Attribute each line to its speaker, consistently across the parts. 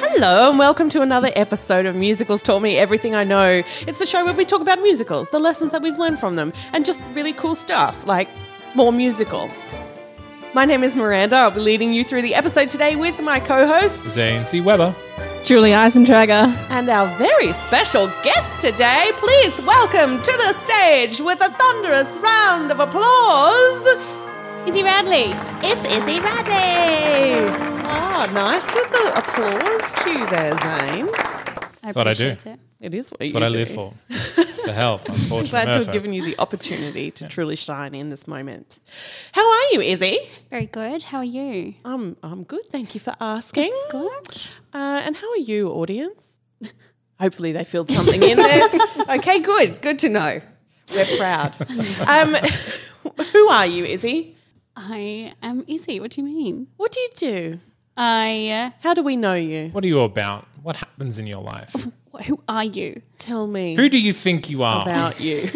Speaker 1: Hello, and welcome to another episode of Musicals Taught Me Everything I Know. It's the show where we talk about musicals, the lessons that we've learned from them, and just really cool stuff like more musicals. My name is Miranda. I'll be leading you through the episode today with my co hosts
Speaker 2: Zane C. Weber.
Speaker 3: Julie Eisentrager.
Speaker 1: and our very special guest today. Please welcome to the stage with a thunderous round of applause.
Speaker 3: Izzy Radley.
Speaker 1: It's Izzy Radley. Oh, nice with the applause cue there, Zane.
Speaker 3: That's
Speaker 2: what I do.
Speaker 1: It is what
Speaker 2: That's what I live for. to help. I'm fortunate.
Speaker 1: Glad to have
Speaker 2: murpher.
Speaker 1: given you the opportunity to truly shine in this moment. How are you, Izzy?
Speaker 3: Very good. How are you?
Speaker 1: I'm I'm good. Thank you for asking.
Speaker 3: That's good.
Speaker 1: Uh, and how are you, audience? Hopefully, they filled something in there. okay, good. Good to know. We're proud. Um, who are you, Izzy?
Speaker 3: I am Izzy. What do you mean?
Speaker 1: What do you do?
Speaker 3: I.
Speaker 1: How do we know you?
Speaker 2: What are you about? What happens in your life?
Speaker 3: Uh, who are you?
Speaker 1: Tell me
Speaker 2: Who do you think you are?
Speaker 1: about you.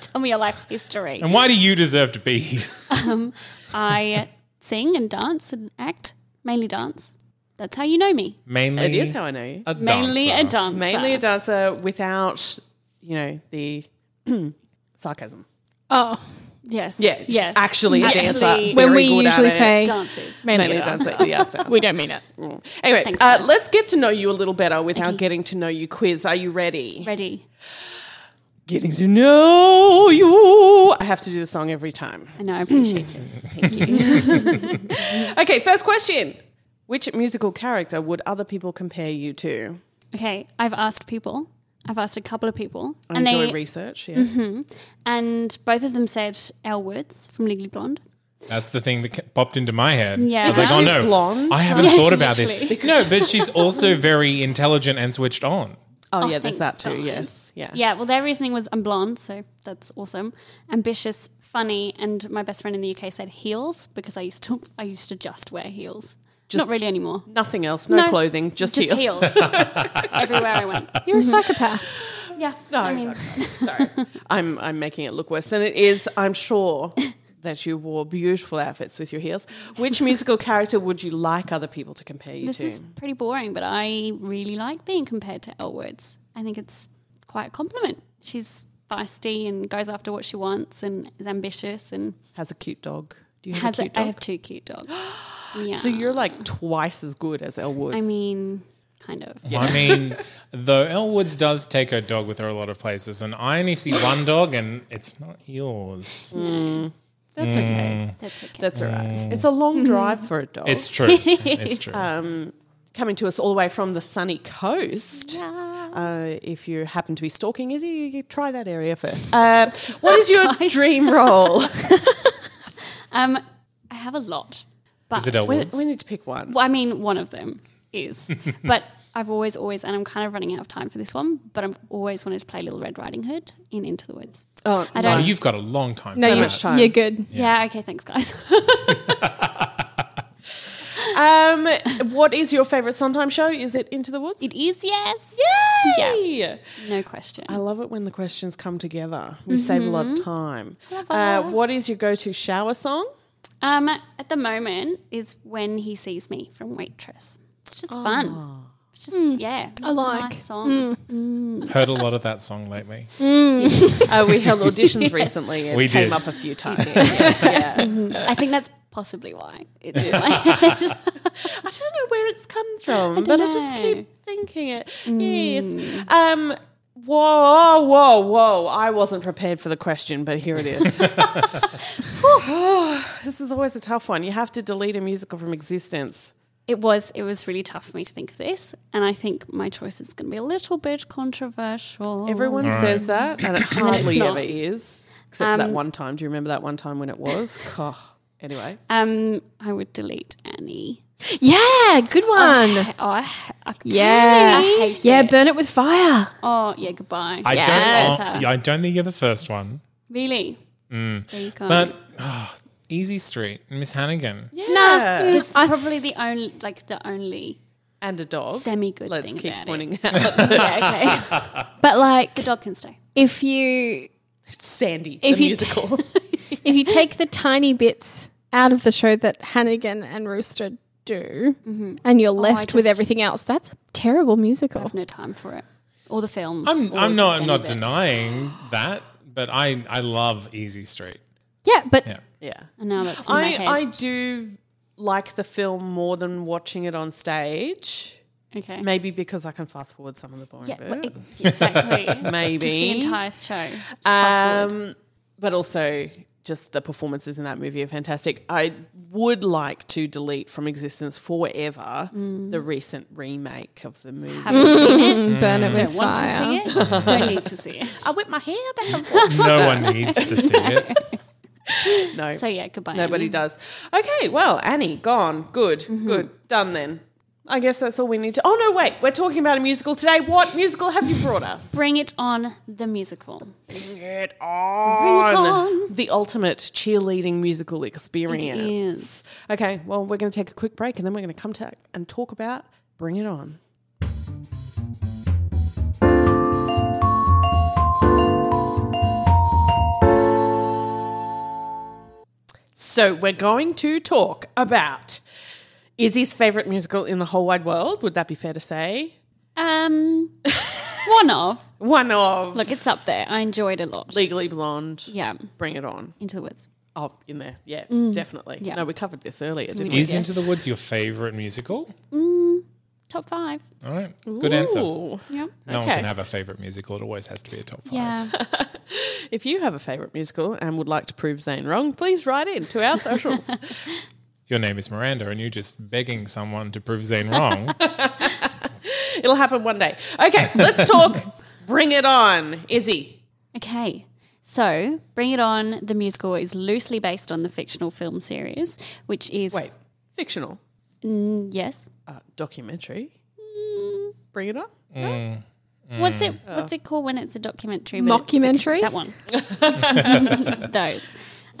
Speaker 3: Tell me your life history.
Speaker 2: And why do you deserve to be here?
Speaker 3: I sing and dance and act, mainly dance. That's how you know me.
Speaker 2: Mainly.
Speaker 1: it is how I know you.
Speaker 2: a
Speaker 3: Mainly a
Speaker 2: dancer.
Speaker 3: dancer.
Speaker 1: Mainly a dancer without, you know, the sarcasm.
Speaker 4: Oh,
Speaker 3: Yes.
Speaker 1: Yeah, she's
Speaker 3: Yes.
Speaker 1: actually a
Speaker 3: Actually
Speaker 1: dancer.
Speaker 4: when
Speaker 1: Very
Speaker 4: we
Speaker 1: good at
Speaker 4: usually
Speaker 1: it.
Speaker 4: say
Speaker 3: Dances.
Speaker 1: Mainly
Speaker 4: mainly,
Speaker 1: a
Speaker 4: dance,
Speaker 1: dancer. Yeah, fair
Speaker 4: we don't mean it.
Speaker 1: Anyway,
Speaker 3: Thanks,
Speaker 1: uh,
Speaker 3: guys.
Speaker 1: let's get to know you a little better with our getting to know you quiz. Are you ready?
Speaker 3: Ready.
Speaker 1: Getting to know you. I have to do the song every time.
Speaker 3: I know. I appreciate it.
Speaker 1: Okay, first question. Which musical character would other people compare you to?
Speaker 3: Okay. I've asked people. I've asked a couple of people,
Speaker 1: I
Speaker 3: and
Speaker 1: enjoy
Speaker 3: they
Speaker 1: research. Yes.
Speaker 3: and both of them said L words from Legally Blonde.
Speaker 2: That's the thing that ca- popped into my head.
Speaker 3: Yeah.
Speaker 2: I was like,
Speaker 1: Because
Speaker 2: oh
Speaker 1: she's
Speaker 2: no.
Speaker 1: blonde.
Speaker 2: I haven't
Speaker 3: Yeah,
Speaker 2: thought about
Speaker 3: literally.
Speaker 2: this. No, but she's also very intelligent and switched on.
Speaker 1: Oh,
Speaker 3: Oh,
Speaker 1: yeah, there's that
Speaker 3: thanks,
Speaker 1: too. Yes.
Speaker 3: guys.
Speaker 1: Yeah.
Speaker 3: Yeah, well, their reasoning was I'm blonde, so that's awesome. Ambitious, funny, and my best friend in the UK said heels because I used to I used to just wear heels. Not really anymore.
Speaker 1: Nothing else. No, clothing. Just,
Speaker 3: just
Speaker 1: heels.
Speaker 3: heels. Everywhere I went.
Speaker 4: You're a psychopath.
Speaker 3: Yeah.
Speaker 1: No,
Speaker 3: I mean,
Speaker 1: no, no, sorry. I'm I'm making it look worse than it is. I'm sure that you wore beautiful outfits with your heels. Which musical character would you like other people to compare you
Speaker 3: this
Speaker 1: to?
Speaker 3: is pretty boring, but I really like being compared to L words. I think it's it's quite a compliment. She's feisty and goes after what she wants and is ambitious and
Speaker 1: Has a cute dog. Do you have
Speaker 3: has
Speaker 1: a
Speaker 3: a,
Speaker 1: cute
Speaker 3: I
Speaker 1: dog?
Speaker 3: have two cute dogs. Yeah.
Speaker 1: so you're like twice as good as Elle Woods.
Speaker 3: I mean, kind of.
Speaker 2: I mean, though Elwoods does take her dog with her a lot of places, and I only see one dog, and it's not yours.
Speaker 1: Mm. that's okay.
Speaker 3: That's okay.
Speaker 1: That's all right. It's a long drive for a dog.
Speaker 2: It's true. It's true.
Speaker 1: Um, coming to us all the way from the sunny coast. Uh, if you happen to be stalking Izzy, try that area first. Uh, what is your
Speaker 3: Guys.
Speaker 1: dream role?
Speaker 3: Um, I have a lot, but
Speaker 2: is it Elwoods?
Speaker 1: we need to pick one.
Speaker 3: well, I mean, one of them is. but I've always, always, and I'm kind of running out of time for this one. But I've always wanted to play Little Red Riding Hood in Into the Woods.
Speaker 1: Oh,
Speaker 3: I
Speaker 2: Oh,
Speaker 3: don't.
Speaker 2: you've got a long time.
Speaker 4: No,
Speaker 2: for
Speaker 4: you,
Speaker 2: that.
Speaker 1: much time.
Speaker 4: you're good.
Speaker 3: yeah. Okay. Thanks, guys.
Speaker 1: Um, what is your favourite Sondheim show? Is it Into the Woods?
Speaker 3: it is yes.
Speaker 1: Yay!
Speaker 3: No question.
Speaker 1: I love it when the questions come together. We save a lot of time. Uh, what is your go-to shower song?
Speaker 3: Um,
Speaker 1: Ah.
Speaker 3: at the moment is when he sees me from Waitress. It's just fun. It's Just yeah, it's
Speaker 4: Hmm. like. Hmm.
Speaker 3: a nice song.
Speaker 2: Heard a lot of that song lately.
Speaker 1: Uh, we held auditions recently and
Speaker 2: We
Speaker 1: came
Speaker 2: did.
Speaker 1: up a few times. yeah.
Speaker 3: I think that's possibly why it's in my head.
Speaker 1: I don't know where it's come from, but I Mm. just keep thinking it. Yes. Um, whoa, whoa, whoa. I wasn't prepared for the question, but here it is. this is always a tough one. You have to delete a musical from existence.
Speaker 3: It was it was really tough for me to think of this, and I think my choice is going to be a little bit controversial.
Speaker 1: Oh, Everyone says that, and it hardly
Speaker 3: not. um,
Speaker 1: ever is, except for that one time. Do you remember that one time when it was? Cough. Anyway,
Speaker 3: um, I would delete Annie.
Speaker 4: Yeah, good one.
Speaker 3: Oh, I, ha- I,
Speaker 4: yeah,
Speaker 3: I hate
Speaker 4: yeah.
Speaker 3: it.
Speaker 4: Burn it with fire.
Speaker 3: oh yeah, goodbye.
Speaker 2: I
Speaker 4: Yes.
Speaker 2: don't. I don't think you're the first one,
Speaker 3: Really? There you go.
Speaker 2: mm. but ah, Easy Street, Miss Hannigan.
Speaker 4: No,
Speaker 3: this is probably the only like the only
Speaker 1: and a dog.
Speaker 3: semi good
Speaker 1: Let's
Speaker 3: thing
Speaker 1: keep
Speaker 3: about
Speaker 1: pointing
Speaker 3: it.
Speaker 1: out
Speaker 3: yeah, okay.
Speaker 4: but like
Speaker 3: The dog can stay.
Speaker 4: if you
Speaker 1: Sandy,
Speaker 4: If
Speaker 1: the
Speaker 4: you-
Speaker 1: musical.
Speaker 4: if you take the tiny bits out of the show that Hannigan and Rooster do, and you're left with
Speaker 3: Mm-hmm. Oh, just-
Speaker 4: everything else, that's a terrible musical.
Speaker 3: No time for it. Or the film.
Speaker 2: I'm.
Speaker 3: or
Speaker 2: I'm
Speaker 3: just
Speaker 2: not.
Speaker 3: any
Speaker 2: I'm not
Speaker 3: bit.
Speaker 2: denying that, but I. I love Easy Street.
Speaker 4: Yeah, but
Speaker 2: Yeah.
Speaker 1: yeah.
Speaker 3: And now that's in my
Speaker 1: I,
Speaker 3: head.
Speaker 1: I do like the film more than watching it on stage.
Speaker 3: okay.
Speaker 1: Maybe because I can fast forward some of the boring
Speaker 3: Yeah, well,
Speaker 1: bit.
Speaker 3: e- exactly.
Speaker 1: Maybe.
Speaker 3: Just the entire show. Just fast forward.
Speaker 1: um, but also just the performances in that movie are fantastic. I would like to delete from existence forever
Speaker 3: Mm.
Speaker 1: the recent remake of the movie.
Speaker 3: Haven't seen it.
Speaker 4: burn it with
Speaker 3: Don't want to
Speaker 4: fire.
Speaker 3: see it. Don't need to see it.
Speaker 1: I whip my hair back and forth.
Speaker 2: No one needs to see it.
Speaker 1: No,
Speaker 3: So yeah, goodbye.
Speaker 1: nobody
Speaker 3: Annie.
Speaker 1: does. Okay, well, Annie, gone. Good, good, done then. I guess that's all we need to. Oh no, wait, we're talking about a musical today. What musical have you brought us?
Speaker 3: Bring it on the musical.
Speaker 1: It on. The ultimate cheerleading musical experience.
Speaker 3: It is.
Speaker 1: Okay, well, we're going to take a quick break and then we're going to come to and talk about Bring It On. So, we're going to talk about Izzy's favorite musical in the whole wide world. Would that be fair to say?
Speaker 3: Um, one of.
Speaker 1: One of
Speaker 3: Look, it's up there. I enjoyed a lot.
Speaker 1: Legally Blonde.
Speaker 3: Yeah.
Speaker 1: Bring It On.
Speaker 3: Into the woods.
Speaker 1: Oh, in there. Yeah, definitely.
Speaker 3: Mm. Yeah.
Speaker 1: No, we covered this earlier, didn't we?
Speaker 2: Is Into the Woods your favorite musical?
Speaker 3: Top five.
Speaker 2: All right. Good answer. No
Speaker 1: Ooh.
Speaker 3: Yep.
Speaker 2: one
Speaker 1: Okay.
Speaker 2: can have a favorite musical. It always has to be a top five.
Speaker 3: Yeah.
Speaker 1: If you have a favourite musical and would like to prove Zane wrong, please write in to our socials.
Speaker 2: If your name is Miranda and you're just begging someone to prove Zane wrong,
Speaker 1: It'll happen one day. Okay, let's talk. Bring it on, Izzy.
Speaker 3: Okay. So, Bring It On, the musical, is loosely based on the fictional film series, which is.
Speaker 1: Wait, fictional
Speaker 3: Yes.
Speaker 1: uh, documentary. Mm. Bring it on.
Speaker 3: What's it What's it called when it's a documentary? but it's
Speaker 4: Mockumentary?
Speaker 3: fiction? that one. Those.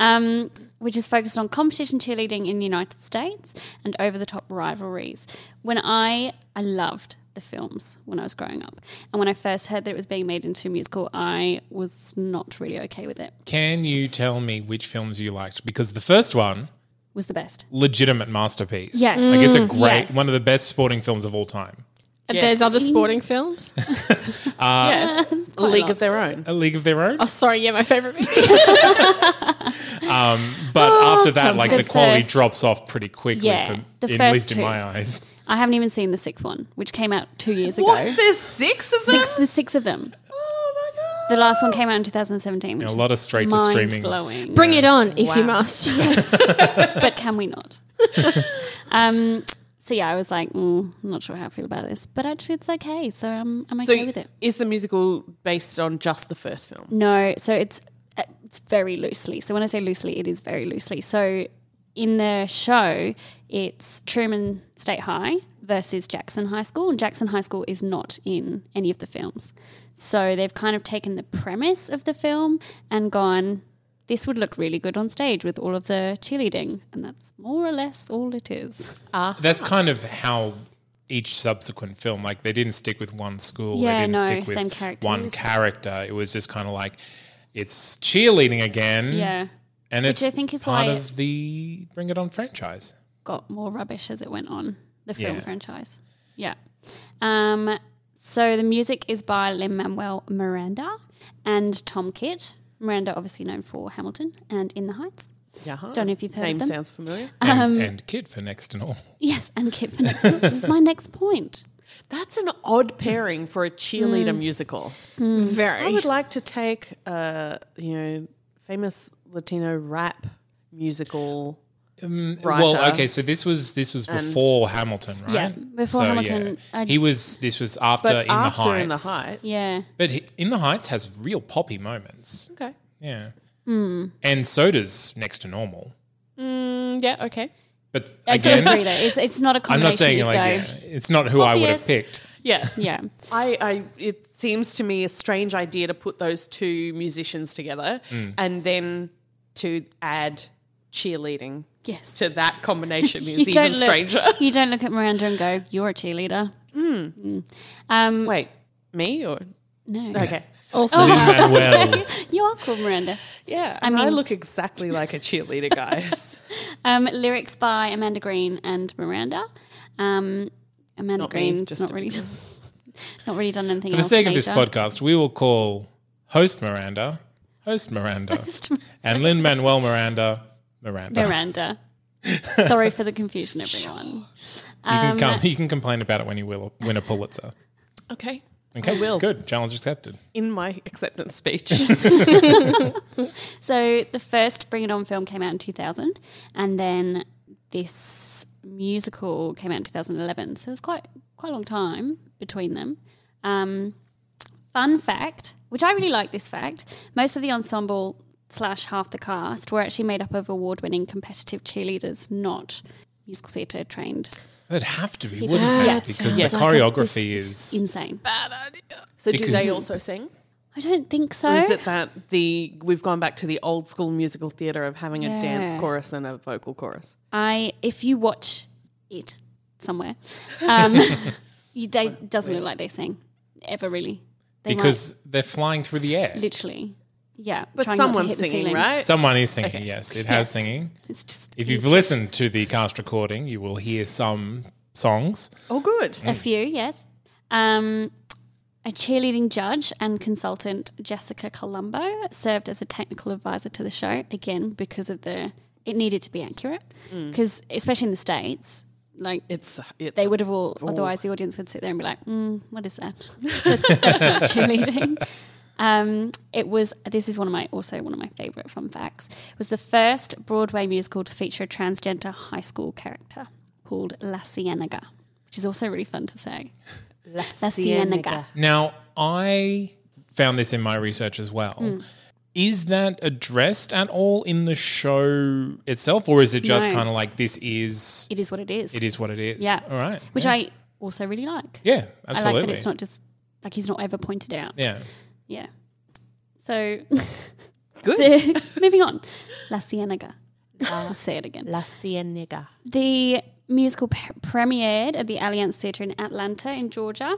Speaker 3: Um, which is focused on competition cheerleading in the United States and over the top rivalries. When I I loved the films when I was growing up, and when I first heard that it was being made into a musical, I was not really okay with it. it
Speaker 2: can you tell me which films you liked? Because the first one,
Speaker 3: was the best.
Speaker 2: legitimate masterpiece.
Speaker 3: Yes. Mm.
Speaker 2: Like it's a great,
Speaker 3: Yes.
Speaker 2: one of the best sporting films of all time.
Speaker 4: There's other sporting films.
Speaker 3: Oh,
Speaker 1: yes, League of Their Own.
Speaker 2: A League of Their Own.
Speaker 4: Oh, sorry, yeah, my favorite movie.
Speaker 2: But after that, like the,
Speaker 3: The
Speaker 2: quality
Speaker 3: first-
Speaker 2: drops off pretty quickly,
Speaker 3: Yeah,
Speaker 2: for,
Speaker 3: the
Speaker 2: in-
Speaker 3: first
Speaker 2: at least in
Speaker 3: two.
Speaker 2: my eyes.
Speaker 3: I haven't even seen the sixth one, which came out two years ago.
Speaker 1: What? There's six of them.
Speaker 3: Six, there's six of them.
Speaker 1: Oh my god.
Speaker 3: The last one came out in 2017. Which
Speaker 2: a
Speaker 3: is
Speaker 2: lot of straight to streaming.
Speaker 3: Blowing.
Speaker 4: Bring it on if you must.
Speaker 3: but can we not? um, so yeah, I was like, mm, I'm not sure how I feel about this, but actually, it's okay. So I'm, I'm okay with
Speaker 1: So,
Speaker 3: it.
Speaker 1: is the musical based on just the first film?
Speaker 3: No, so it's uh, it's very loosely. So when I say loosely, it is very loosely. So in the show, it's Truman State High versus Jackson High School, and Jackson High School is not in any of the films. So they've kind of taken the premise of the film and gone. This would look really good on stage with all of the cheerleading, and that's more or less all it is.
Speaker 2: That's kind of how each subsequent film, like they didn't stick with one school,
Speaker 3: Yeah,
Speaker 2: they didn't
Speaker 3: no,
Speaker 2: stick with
Speaker 3: same characters.
Speaker 2: one character. It was just kind of like it's cheerleading again.
Speaker 3: Yeah.
Speaker 2: And
Speaker 3: Which
Speaker 2: it's
Speaker 3: I think is
Speaker 2: part
Speaker 3: why-
Speaker 2: of the Bring It On franchise.
Speaker 3: got more rubbish as it went on the film
Speaker 2: Yeah.
Speaker 3: franchise. Yeah. Um, so the music is by Lin Manuel Miranda and Tom Kitt. Miranda, obviously known for Hamilton and In the Heights.
Speaker 1: Yeah.
Speaker 3: Don't know if you've heard
Speaker 1: Name
Speaker 3: of them.
Speaker 1: sounds familiar.
Speaker 3: Um,
Speaker 2: And, and Kid for next and all.
Speaker 3: Yes, and Kitt for next. This is my next point.
Speaker 1: That's an odd pairing for a cheerleader
Speaker 3: Hmm.
Speaker 1: musical.
Speaker 4: Mm.
Speaker 1: I
Speaker 4: Very.
Speaker 1: would like to take a you know famous Latino rap musical. writer.
Speaker 2: Um, Well, okay, so this was this was before Hamilton, right?
Speaker 3: Yeah, before
Speaker 2: So,
Speaker 3: Hamilton, I-
Speaker 2: he was. This was after
Speaker 1: but
Speaker 2: uh, in
Speaker 1: after
Speaker 2: the heights.
Speaker 1: in the height.
Speaker 3: Yeah.
Speaker 2: But he, in the heights has real poppy moments.
Speaker 1: Okay.
Speaker 2: Yeah,
Speaker 3: Hmm.
Speaker 2: and so does next to normal.
Speaker 1: Mm, yeah. Okay.
Speaker 2: But
Speaker 3: I do
Speaker 2: again,
Speaker 3: agree though. It's, it's not a
Speaker 2: I'm
Speaker 3: combination.
Speaker 2: not saying
Speaker 3: you
Speaker 2: like yeah,
Speaker 3: go,
Speaker 2: it's not who I would have
Speaker 3: Obvious.
Speaker 2: picked.
Speaker 1: Yeah.
Speaker 3: yeah.
Speaker 1: I, I it seems to me a strange idea to put those two musicians together
Speaker 2: Mm.
Speaker 1: and then to add cheerleading
Speaker 3: Yes.
Speaker 1: to that combination is even
Speaker 3: look,
Speaker 1: stranger.
Speaker 3: You don't look at Miranda and go, "You're a cheerleader." Mm. Um,
Speaker 1: Wait, me or
Speaker 3: no, Oh,
Speaker 1: okay.
Speaker 4: Also,
Speaker 2: Manuel.
Speaker 3: you are called Miranda.
Speaker 1: Yeah. I mean I look exactly like a cheerleader, guys.
Speaker 3: Um, lyrics by Amanda Green and Miranda. Um, Amanda
Speaker 1: Not me,
Speaker 3: Green's
Speaker 1: just
Speaker 3: not really, done, not really done anything
Speaker 2: For the
Speaker 3: else
Speaker 2: sake of
Speaker 3: later.
Speaker 2: this podcast, we will call host Miranda, host Miranda, and Lynn Manuel Miranda, Miranda.
Speaker 3: Miranda. Sorry for the confusion, everyone.
Speaker 2: You can
Speaker 3: Um,
Speaker 2: come. You can complain about it when you will win a Pulitzer.
Speaker 1: okay.
Speaker 2: Okay,
Speaker 1: will.
Speaker 2: good. Challenge accepted.
Speaker 1: In my acceptance speech.
Speaker 3: So the first Bring It On film came out in 2000, and then this musical came out in 2011. So it was quite quite a long time between them. Um, fun fact, which I really like this fact, most of the ensemble slash half the cast were actually made up of award winning competitive cheerleaders, not musical theatre trained.
Speaker 2: It'd have to be, wouldn't it?
Speaker 3: Yes.
Speaker 2: because
Speaker 3: Yes.
Speaker 2: the
Speaker 3: Like a-
Speaker 2: choreography is.
Speaker 3: Insane.
Speaker 1: so do they also sing?
Speaker 3: I don't think so.
Speaker 1: Or is it that the we've gone back to the old school musical theatre of having a dance
Speaker 3: Yeah.
Speaker 1: chorus and a vocal chorus?
Speaker 3: I if you watch it somewhere, um, you, they doesn't look like they sing ever really. They might-
Speaker 2: because they're flying through the air.
Speaker 3: literally, yeah.
Speaker 1: But
Speaker 3: trying not to
Speaker 1: someone's
Speaker 3: hit the
Speaker 1: singing,
Speaker 3: ceiling.
Speaker 1: right?
Speaker 2: Someone is singing, yes. It has singing.
Speaker 3: It's just
Speaker 2: If you've listened to the cast recording, you will hear some songs.
Speaker 1: oh good.
Speaker 3: a few, yes. Um, a cheerleading judge and consultant, Jessica Colombo, served as a technical advisor to the show again because of the it needed to be accurate
Speaker 1: Mm.
Speaker 3: because especially in the states, like
Speaker 1: It's it's
Speaker 3: they would have all otherwise the audience would sit there and be like mm, what is that that's, that's not cheerleading um, it was this is one of my also one of my favorite fun facts it was the first broadway musical to feature a transgender high school character called la cienega which is also really fun to say la cienega
Speaker 2: Now, I found this in my research as well.
Speaker 3: Hmm.
Speaker 2: Is that addressed at all in the show itself, or is it just
Speaker 3: No.
Speaker 2: kind of like this is
Speaker 3: it is what it is
Speaker 2: it is what it is?
Speaker 3: yeah
Speaker 2: All right.
Speaker 3: which
Speaker 2: yeah.
Speaker 3: i also really like
Speaker 2: yeah,
Speaker 3: i
Speaker 2: absolutely.
Speaker 3: like that it's not just like he's not ever pointed out
Speaker 2: yeah.
Speaker 3: yeah. so
Speaker 1: good.
Speaker 3: moving on la cienega Just say it again
Speaker 1: La Cienega.
Speaker 3: The musical p- premiered at the Alliance Theatre in Atlanta, in Georgia,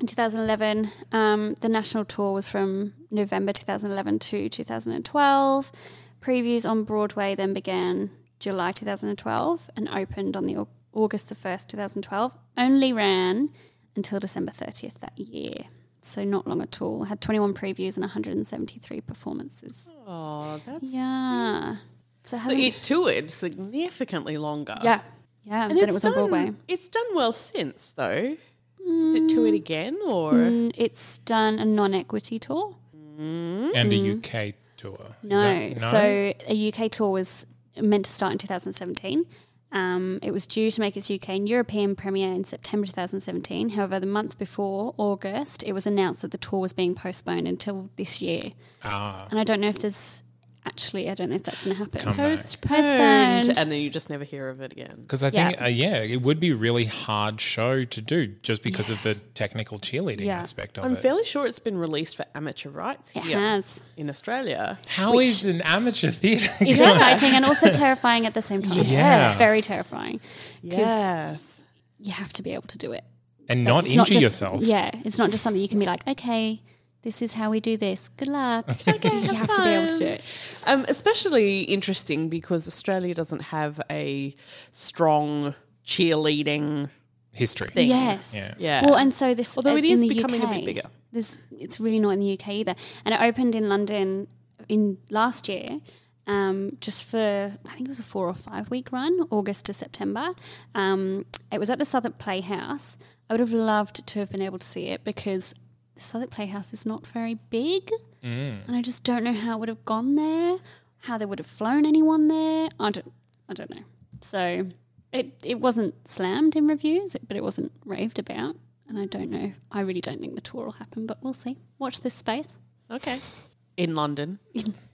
Speaker 3: in 2011. Um, the national tour was from November 2011 to 2012. Previews on Broadway then began July 2012 and opened on the Au- August the 1st, 2012. Only ran until December 30th that year. So not long at all. Had 21 previews and 173 performances.
Speaker 1: Oh, that's
Speaker 3: Yeah. So had
Speaker 1: it toured significantly longer.
Speaker 3: yeah. Yeah, and then it was
Speaker 1: done,
Speaker 3: on Broadway.
Speaker 1: It's done well since though. Is it toured again or
Speaker 3: Mm, It's done a non-equity tour.
Speaker 2: And a UK tour. Is
Speaker 3: Hmm. No.
Speaker 2: that-
Speaker 3: so a UK tour was meant to start in 2017. Um, it was due to make its UK and European premiere in September 2017. However, the month before August, it was announced that the tour was being postponed until this year.
Speaker 2: Ah.
Speaker 3: And I don't know if there's actually, I don't know if that's going to happen.
Speaker 1: postponed? And then you just never hear of it again.
Speaker 2: Because I think, yeah. Uh, yeah, it would be a really hard show to do just because of the technical cheerleading
Speaker 3: Yeah.
Speaker 2: aspect of
Speaker 1: I'm
Speaker 2: it.
Speaker 1: fairly sure it's been released for amateur rights
Speaker 3: It
Speaker 1: here
Speaker 3: has.
Speaker 1: in Australia.
Speaker 2: How is an amateur theatre?
Speaker 3: It's
Speaker 2: gonna-
Speaker 3: exciting and also terrifying at the same time.
Speaker 2: Yeah.
Speaker 3: Very terrifying. 'Cause
Speaker 1: Yes.
Speaker 3: you have to be able to do it.
Speaker 2: and not
Speaker 3: It's
Speaker 2: injure
Speaker 3: just-
Speaker 2: yourself.
Speaker 3: Yeah, it's not just something you can be like, okay, this is how we do this. Good luck. okay, you have to be able to do it.
Speaker 1: Um, especially interesting because Australia doesn't have a strong cheerleading
Speaker 2: history.
Speaker 1: thing.
Speaker 3: Yes.
Speaker 2: Yeah.
Speaker 1: Yeah.
Speaker 3: Well, and so this uh,
Speaker 1: Although it
Speaker 3: in
Speaker 1: is
Speaker 3: the
Speaker 1: becoming a
Speaker 3: UK,
Speaker 1: bit bigger.
Speaker 3: This it's really not in the UK either, and it opened in London in last year. Um, just for I think it was a four or five week run, August to September. Um, it was at the Southwark Playhouse. I would have loved to have been able to see it because the Southwark Playhouse is not very big, and I just don't know how it would have gone there, how they would have flown anyone there. I don't, I don't know. So it it wasn't slammed in reviews, but it wasn't raved about. And I don't know. I really don't think the tour will happen, but we'll see. Watch this space.
Speaker 1: Okay. In London.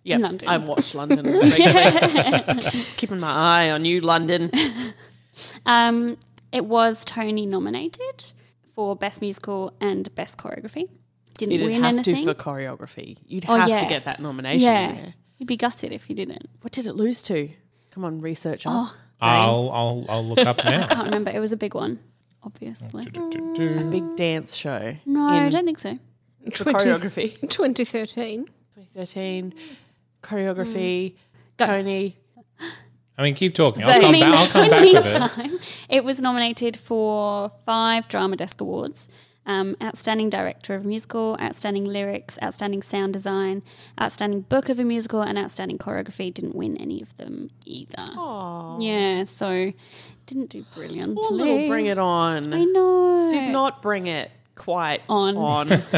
Speaker 1: Yep,
Speaker 3: London.
Speaker 1: I watch London. regularly. Just keeping my eye on you, London.
Speaker 3: Um, it was Tony nominated for best musical and best choreography. Didn't
Speaker 1: You didn't
Speaker 3: win
Speaker 1: have
Speaker 3: anything.
Speaker 1: to for choreography. You'd
Speaker 3: Oh,
Speaker 1: have to
Speaker 3: yeah.
Speaker 1: get that nomination. in
Speaker 3: yeah,
Speaker 1: there.
Speaker 3: you'd be gutted if you didn't. Oh,
Speaker 1: What did it lose to? Come on, researcher.
Speaker 2: I'll, I'll, I'll look up now.
Speaker 3: Can't remember. It was a big one, obviously.
Speaker 1: A big dance show.
Speaker 3: No, I don't think so.
Speaker 1: For choreography.
Speaker 4: 2013.
Speaker 1: 2013, choreography,
Speaker 3: Mm.
Speaker 1: Tony.
Speaker 2: I mean, keep talking. I'll come,
Speaker 3: in
Speaker 2: back. I'll come
Speaker 3: the
Speaker 2: back with it.
Speaker 3: meantime, it was nominated for five Drama Desk Awards. Um, outstanding Director of a Musical, Outstanding Lyrics, Outstanding Sound Design, Outstanding Book of a Musical, and Outstanding Choreography. Didn't win any of them either. Yeah, so didn't do brilliantly.
Speaker 1: Poor little Bring It On.
Speaker 3: I know.
Speaker 1: Did not bring it quite
Speaker 3: On.
Speaker 1: on.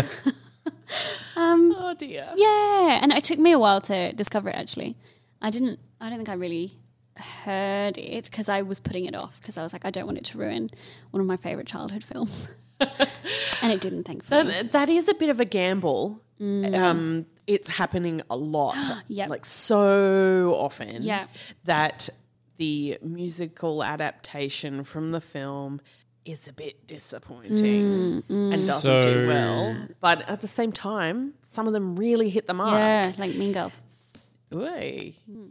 Speaker 3: Um,
Speaker 1: oh, dear.
Speaker 3: Yeah, and it took me a while to discover it. Actually, I didn't. I don't think I really heard it because I was putting it off because I was like, I don't want it to ruin one of my favorite childhood films, and it didn't. Thankfully,
Speaker 1: That, that is a bit of a gamble.
Speaker 3: Mm.
Speaker 1: Um, it's happening a lot,
Speaker 3: Yep.
Speaker 1: like so often,
Speaker 3: Yeah.
Speaker 1: that the musical adaptation from the film is a bit disappointing
Speaker 3: Mm,
Speaker 1: and doesn't
Speaker 2: So-
Speaker 1: do well. But at the same time, some of them really hit the mark.
Speaker 3: yeah, Hmm. like Mean Girls.
Speaker 1: Yeah.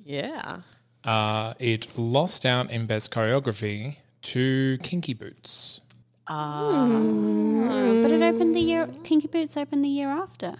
Speaker 1: yeah.
Speaker 2: Uh, it lost out in best choreography to Kinky Boots.
Speaker 3: Oh, but it opened the year. Kinky Boots opened the year after.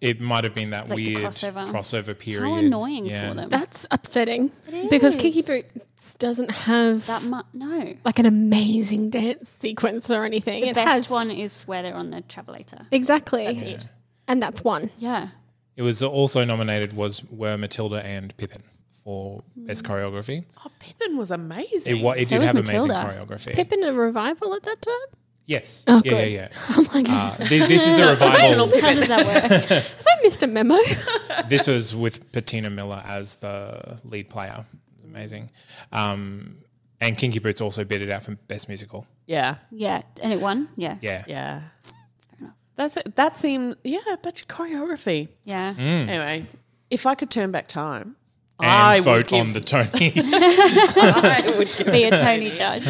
Speaker 2: It might have been that
Speaker 3: Like the
Speaker 2: weird
Speaker 3: crossover.
Speaker 2: crossover. period.
Speaker 3: How annoying
Speaker 2: Yeah.
Speaker 3: for them.
Speaker 4: That's upsetting because Kiki
Speaker 3: is.
Speaker 4: Boots doesn't have
Speaker 3: that mu- no.
Speaker 4: like an amazing dance sequence or anything.
Speaker 3: The
Speaker 4: it
Speaker 3: best
Speaker 4: has
Speaker 3: one is where they're on the travelator.
Speaker 4: exactly,
Speaker 3: That's it.
Speaker 4: and that's one.
Speaker 3: Yeah.
Speaker 2: It was also nominated was were Matilda and Pippin for
Speaker 3: Hmm.
Speaker 2: best choreography.
Speaker 1: Oh, Pippin was amazing.
Speaker 2: It, wa- it
Speaker 3: So
Speaker 2: did
Speaker 3: was
Speaker 2: have
Speaker 3: Matilda.
Speaker 2: amazing choreography.
Speaker 4: Pippin a revival at that time.
Speaker 2: Yes.
Speaker 4: Oh,
Speaker 2: yeah,
Speaker 4: good.
Speaker 2: yeah, yeah.
Speaker 4: Oh my god,
Speaker 2: Uh, this, this is the revival.
Speaker 3: How does that work?
Speaker 4: have I missed a memo?
Speaker 2: this was with Patina Miller as the lead player. It was amazing. Um, and Kinky Boots also bid it out for best musical.
Speaker 1: yeah.
Speaker 3: yeah, and it won. Yeah.
Speaker 2: Yeah.
Speaker 1: Yeah.
Speaker 3: Fair enough.
Speaker 1: That's it. That seemed, yeah, but choreography.
Speaker 3: Yeah.
Speaker 2: Hmm.
Speaker 1: Anyway, if I could turn back time,
Speaker 2: And
Speaker 1: I would
Speaker 2: vote
Speaker 1: give,
Speaker 2: on the Tony.
Speaker 1: I would give-
Speaker 3: Be a Tony Judge.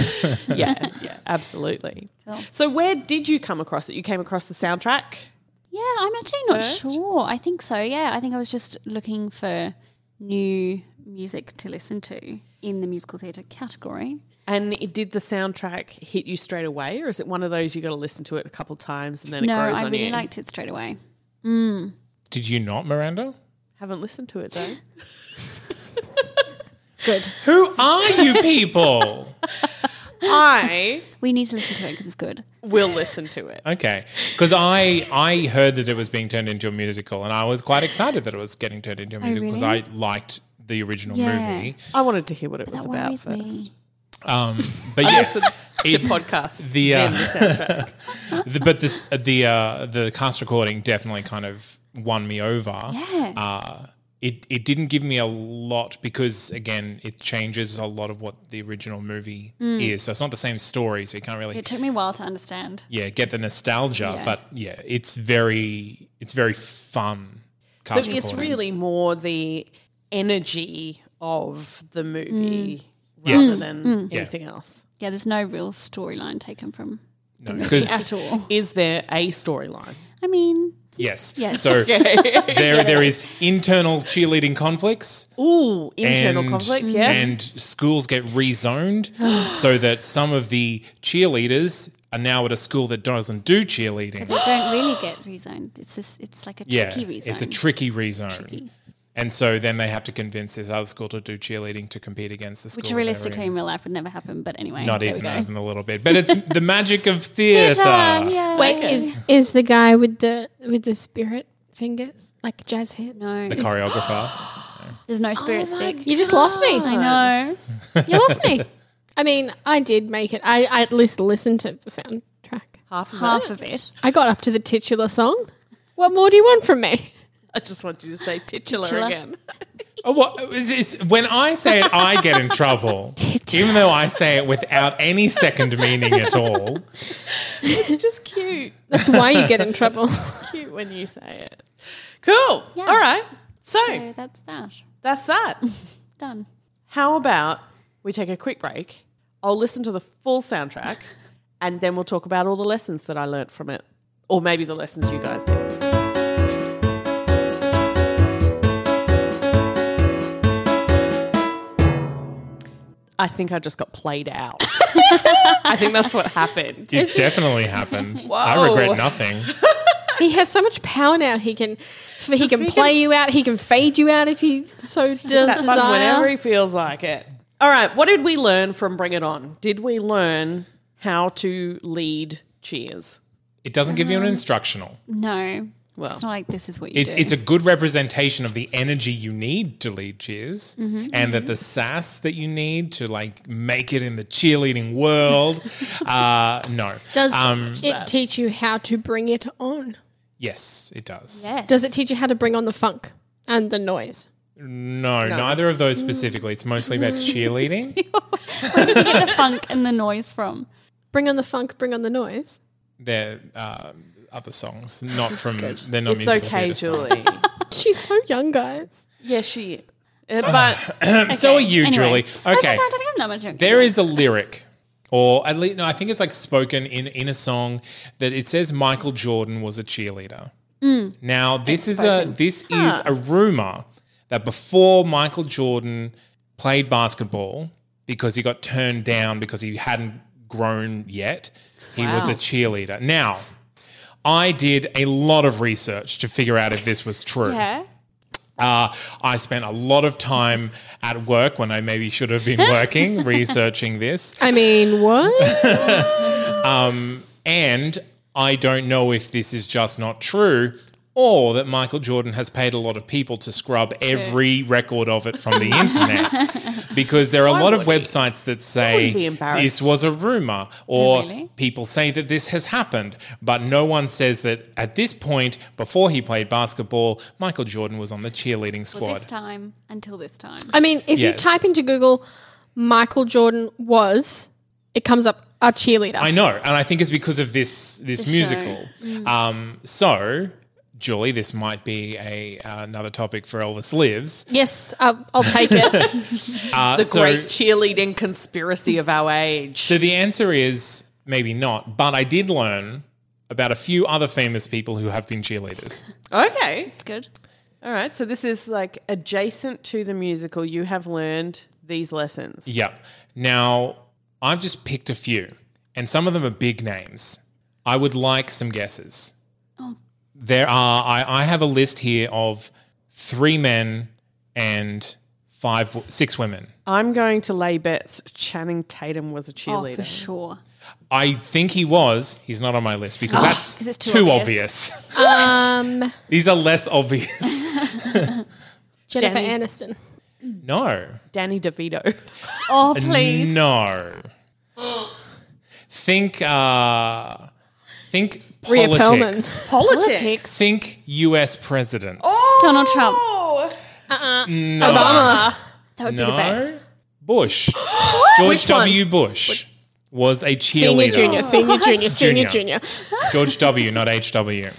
Speaker 1: yeah, yeah, absolutely. So, where did you come across it? You came across the soundtrack.
Speaker 3: Yeah, I'm actually not
Speaker 1: First?
Speaker 3: sure. I think so. Yeah, I think I was just looking for new music to listen to in the musical theatre category.
Speaker 1: And it- did the soundtrack hit you straight away, or is it one of those you got to listen to it a couple times and then
Speaker 3: no,
Speaker 1: it grows
Speaker 3: I
Speaker 1: on
Speaker 3: really
Speaker 1: you?
Speaker 3: liked it straight away.
Speaker 2: Did you not, Miranda?
Speaker 1: Haven't listened to it though.
Speaker 2: Who are you people?
Speaker 1: I
Speaker 3: We need to listen to it because it's good.
Speaker 1: will listen to it.
Speaker 2: Okay, because I I heard that it was being turned into a musical, and I was quite excited that it was getting turned into a musical because
Speaker 3: really?
Speaker 2: I liked the original
Speaker 3: Yeah.
Speaker 2: movie.
Speaker 1: I wanted to hear what it was
Speaker 3: That
Speaker 1: about
Speaker 3: worries
Speaker 1: first.
Speaker 3: me.
Speaker 2: Um, but yes,
Speaker 1: Listen
Speaker 2: It-
Speaker 1: to podcasts.
Speaker 2: the, uh,
Speaker 1: then the soundtrack.
Speaker 2: the, but this the uh, the cast recording definitely kind of won me over.
Speaker 3: Yeah.
Speaker 2: Uh, it it didn't give me a lot because again, it changes a lot of what the original movie is. So it's not the same story, so you can't really
Speaker 3: Mm. It took me a while to understand.
Speaker 2: yeah get the nostalgia.
Speaker 3: Yeah.
Speaker 2: But yeah, it's very it's very fun.
Speaker 1: So it's
Speaker 2: Cast recording.
Speaker 1: really more the energy of the
Speaker 3: Mm.
Speaker 1: movie rather
Speaker 2: Yes.
Speaker 1: than anything else.
Speaker 3: Yeah, there's no real storyline taken from the
Speaker 2: No,
Speaker 3: movie
Speaker 2: 'cause-
Speaker 3: at all.
Speaker 1: Is there a storyline?
Speaker 3: I mean,
Speaker 2: Yes.
Speaker 3: Yes.
Speaker 2: So there there is internal cheerleading conflicts.
Speaker 1: Ooh, internal
Speaker 2: and,
Speaker 1: conflict, yes.
Speaker 2: And schools get rezoned so that some of the cheerleaders are now at a school that doesn't do cheerleading.
Speaker 3: they don't really get rezoned. It's just, it's like a
Speaker 2: Yeah.
Speaker 3: tricky rezone.
Speaker 2: It's a tricky rezone. And so then they have to convince this other school to do cheerleading to compete against the school.
Speaker 3: Which
Speaker 2: they're
Speaker 3: realistically
Speaker 2: in.
Speaker 3: in real life would never happen, but anyway.
Speaker 2: not
Speaker 3: there we
Speaker 2: even
Speaker 3: go.
Speaker 2: even a little bit, but it's the magic of theater.
Speaker 3: Yeah.
Speaker 4: Wait, is is the guy with the with the spirit fingers like jazz hands?
Speaker 3: No,
Speaker 2: The choreographer.
Speaker 3: there's
Speaker 1: Oh
Speaker 3: no spirit stick.
Speaker 4: You just lost me.
Speaker 3: I know.
Speaker 4: You lost me. I mean, I did make it. I, I at least listened to the soundtrack.
Speaker 1: Half of
Speaker 3: Half of it.
Speaker 4: I got up to the titular song. What more do you want from me?
Speaker 1: I just want you to say titular,
Speaker 3: Titular.
Speaker 1: again.
Speaker 2: Oh, what is this? When I say it, I get in trouble, even though I say it without any second meaning at all.
Speaker 1: It's just cute.
Speaker 4: That's why you get in trouble.
Speaker 1: Cute when you say it. Cool. All right. So,
Speaker 3: So that's that.
Speaker 1: that's that.
Speaker 3: Done.
Speaker 1: How about we take a quick break? I'll listen to the full soundtrack and then we'll talk about all the lessons that I learnt from it. Or maybe the lessons you guys did. I think I just got played out. I think that's what happened.
Speaker 2: It definitely happened. I regret nothing.
Speaker 4: he has so much power now. He can f- he can
Speaker 1: he
Speaker 4: play you out. He can fade you out if he so does
Speaker 1: That's fun whenever
Speaker 4: desire.
Speaker 1: he feels like it. All right, what did we learn from Bring It On? Did we learn how to lead cheers?
Speaker 2: It doesn't give you an instructional.
Speaker 3: No. it's not like this is what you
Speaker 2: It's
Speaker 3: do.
Speaker 2: it's a good representation of the energy you need to lead cheers, and that the sass that you need to like make it in the cheerleading world. uh, no, Um,
Speaker 4: Does it teach you how to bring it on?
Speaker 2: yes, it does.
Speaker 3: yes.
Speaker 4: Does it teach you how to bring on the funk and the noise?
Speaker 2: No, neither of those specifically. It's mostly about cheerleading.
Speaker 3: you get the funk and the noise from?
Speaker 4: Bring on the funk. Bring on the noise.
Speaker 2: They're uh, other songs, not from. They're not
Speaker 1: It's
Speaker 2: musical
Speaker 1: okay,
Speaker 2: theatre songs.
Speaker 1: Julie.
Speaker 4: She's so young, guys.
Speaker 1: yes, she. uh, But
Speaker 2: So are you, Julie?
Speaker 3: I was
Speaker 2: Okay.
Speaker 3: just- I don't have that much.
Speaker 2: There is a lyric, or at least no, I think it's like spoken in in a song that it says Michael Jordan was a cheerleader. Now this is a this is a rumor that before Michael Jordan played basketball because he got turned down because he hadn't grown yet, he was a cheerleader. Now. I did a lot of research to figure out if this was true.
Speaker 3: Yeah.
Speaker 2: Uh, I spent a lot of time at work when I maybe should have been working researching this.
Speaker 4: I mean, what?
Speaker 2: And I don't know if this is just not true or that Michael Jordan has paid a lot of people to scrub every record of it from the internet. Because there are a lot of websites that say
Speaker 1: be embarrassed. Oh,
Speaker 2: this was a rumor or people say that this has happened. But no one says that at this point, before he played basketball, Michael Jordan was on the cheerleading squad.
Speaker 3: This time until this time.
Speaker 4: I mean, if you
Speaker 2: Yeah.
Speaker 4: type into Google, Michael Jordan was, it comes up a cheerleader.
Speaker 2: I know, and I think it's because of this this musical.
Speaker 1: Mm.
Speaker 2: Um, so, Julie, this might be a uh, another topic for Elvis Lives.
Speaker 4: yes, I'll, I'll take it.
Speaker 2: Uh,
Speaker 1: the
Speaker 2: so,
Speaker 1: great cheerleading conspiracy of our age.
Speaker 2: so the answer is maybe not, but I did learn about a few other famous people who have been cheerleaders.
Speaker 1: Okay.
Speaker 3: it's good.
Speaker 1: All right. So this is like adjacent to the musical. You have learned these lessons.
Speaker 2: Yep. Now, I've just picked a few, and some of them are big names. I would like some guesses.
Speaker 1: Oh.
Speaker 2: There are, I, I have a list here of three men and five, w- six women.
Speaker 1: I'm going to lay bets Channing Tatum was a cheerleader.
Speaker 3: Oh, for sure.
Speaker 2: I think he was. He's not on my list because that's
Speaker 3: 'cause it's
Speaker 2: too,
Speaker 3: too
Speaker 2: obvious.
Speaker 3: obvious.
Speaker 4: um,
Speaker 2: These are less obvious.
Speaker 4: Jennifer
Speaker 1: Danny-
Speaker 4: Aniston.
Speaker 2: no.
Speaker 1: Danny DeVito.
Speaker 3: Oh, please.
Speaker 2: No. Think uh think
Speaker 4: Rhea
Speaker 2: politics.
Speaker 4: Perlman.
Speaker 1: Politics.
Speaker 2: Think US president.
Speaker 3: Donald Trump.
Speaker 2: no.
Speaker 4: Obama.
Speaker 3: That would
Speaker 2: no.
Speaker 3: be the best.
Speaker 2: Bush. George W. Bush was a
Speaker 4: Senior
Speaker 2: cheerleader.
Speaker 4: junior, senior junior, senior
Speaker 2: Junior.
Speaker 4: junior.
Speaker 2: George W., not HW.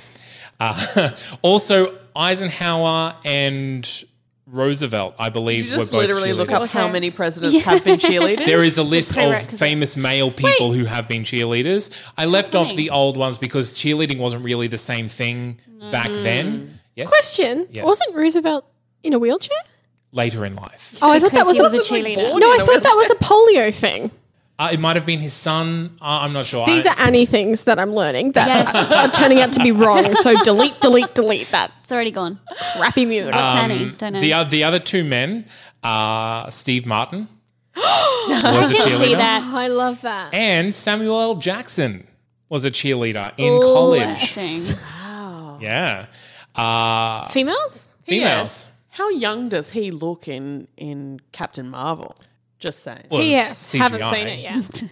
Speaker 2: Uh, also, Eisenhower and Roosevelt, I believe,
Speaker 1: You
Speaker 2: were
Speaker 1: just
Speaker 2: both
Speaker 1: literally
Speaker 2: cheerleaders.
Speaker 1: look up how many presidents have been cheerleaders.
Speaker 2: There is a list of
Speaker 3: prerequisite.
Speaker 2: famous male people who have been cheerleaders. I left off the old ones because cheerleading wasn't really the same thing back then. Yes,
Speaker 4: Mm. Question: Wasn't Roosevelt in a wheelchair?
Speaker 2: later in life.
Speaker 4: Oh, I thought that
Speaker 3: Because
Speaker 4: was,
Speaker 3: he was
Speaker 4: a
Speaker 3: a cheerleader.
Speaker 4: No, I thought that was a polio thing.
Speaker 2: Uh, it might have been his son. Uh, I'm not sure.
Speaker 4: These
Speaker 2: I-
Speaker 4: are Annie things that I'm learning that
Speaker 3: Yes.
Speaker 4: are turning out to be wrong. So delete, delete, delete that
Speaker 3: It's already gone. What's
Speaker 4: crappy music.
Speaker 2: Uh,
Speaker 3: Annie? Don't know.
Speaker 2: Um, the, o- the other two men are Steve Martin was a cheerleader.
Speaker 3: See that?
Speaker 4: Oh, I love that.
Speaker 2: And Samuel L. Jackson was a cheerleader in college.
Speaker 3: Interesting.
Speaker 2: Yeah. Uh,
Speaker 4: Females?
Speaker 2: females.
Speaker 1: How young does he look in in Captain Marvel? Just saying.
Speaker 2: Well,
Speaker 4: Yes.
Speaker 2: it's
Speaker 4: Haven't
Speaker 2: CGI.
Speaker 4: seen it yet.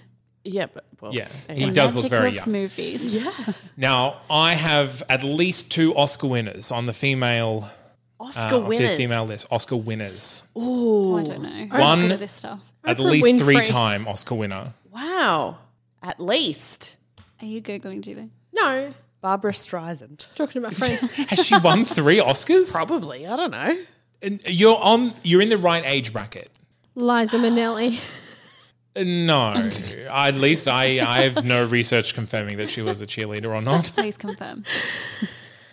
Speaker 1: yeah, but well,
Speaker 2: Yeah,
Speaker 1: anyway.
Speaker 2: he does look
Speaker 3: Magic
Speaker 2: very
Speaker 3: of
Speaker 2: young.
Speaker 3: movies.
Speaker 2: Now, I have at least two Oscar winners on the female
Speaker 1: Oscar
Speaker 2: uh,
Speaker 1: winners.
Speaker 2: female list. Oscar winners,
Speaker 3: Oh, I don't know.
Speaker 2: One-
Speaker 3: I'm good at this stuff.
Speaker 2: at
Speaker 4: Oprah
Speaker 2: least
Speaker 4: Winfrey.
Speaker 2: three-time Oscar winner.
Speaker 1: Wow, at least
Speaker 3: Are you googling, Julie?
Speaker 4: No.
Speaker 1: Barbara Streisand.
Speaker 4: Talking to my friend.
Speaker 2: Has she won three Oscars?
Speaker 1: Probably, I don't know.
Speaker 2: And you're on. You're in the right age bracket.
Speaker 4: Liza Minnelli.
Speaker 2: No, at least I, I have no research confirming that she was a cheerleader or not.
Speaker 3: Please confirm.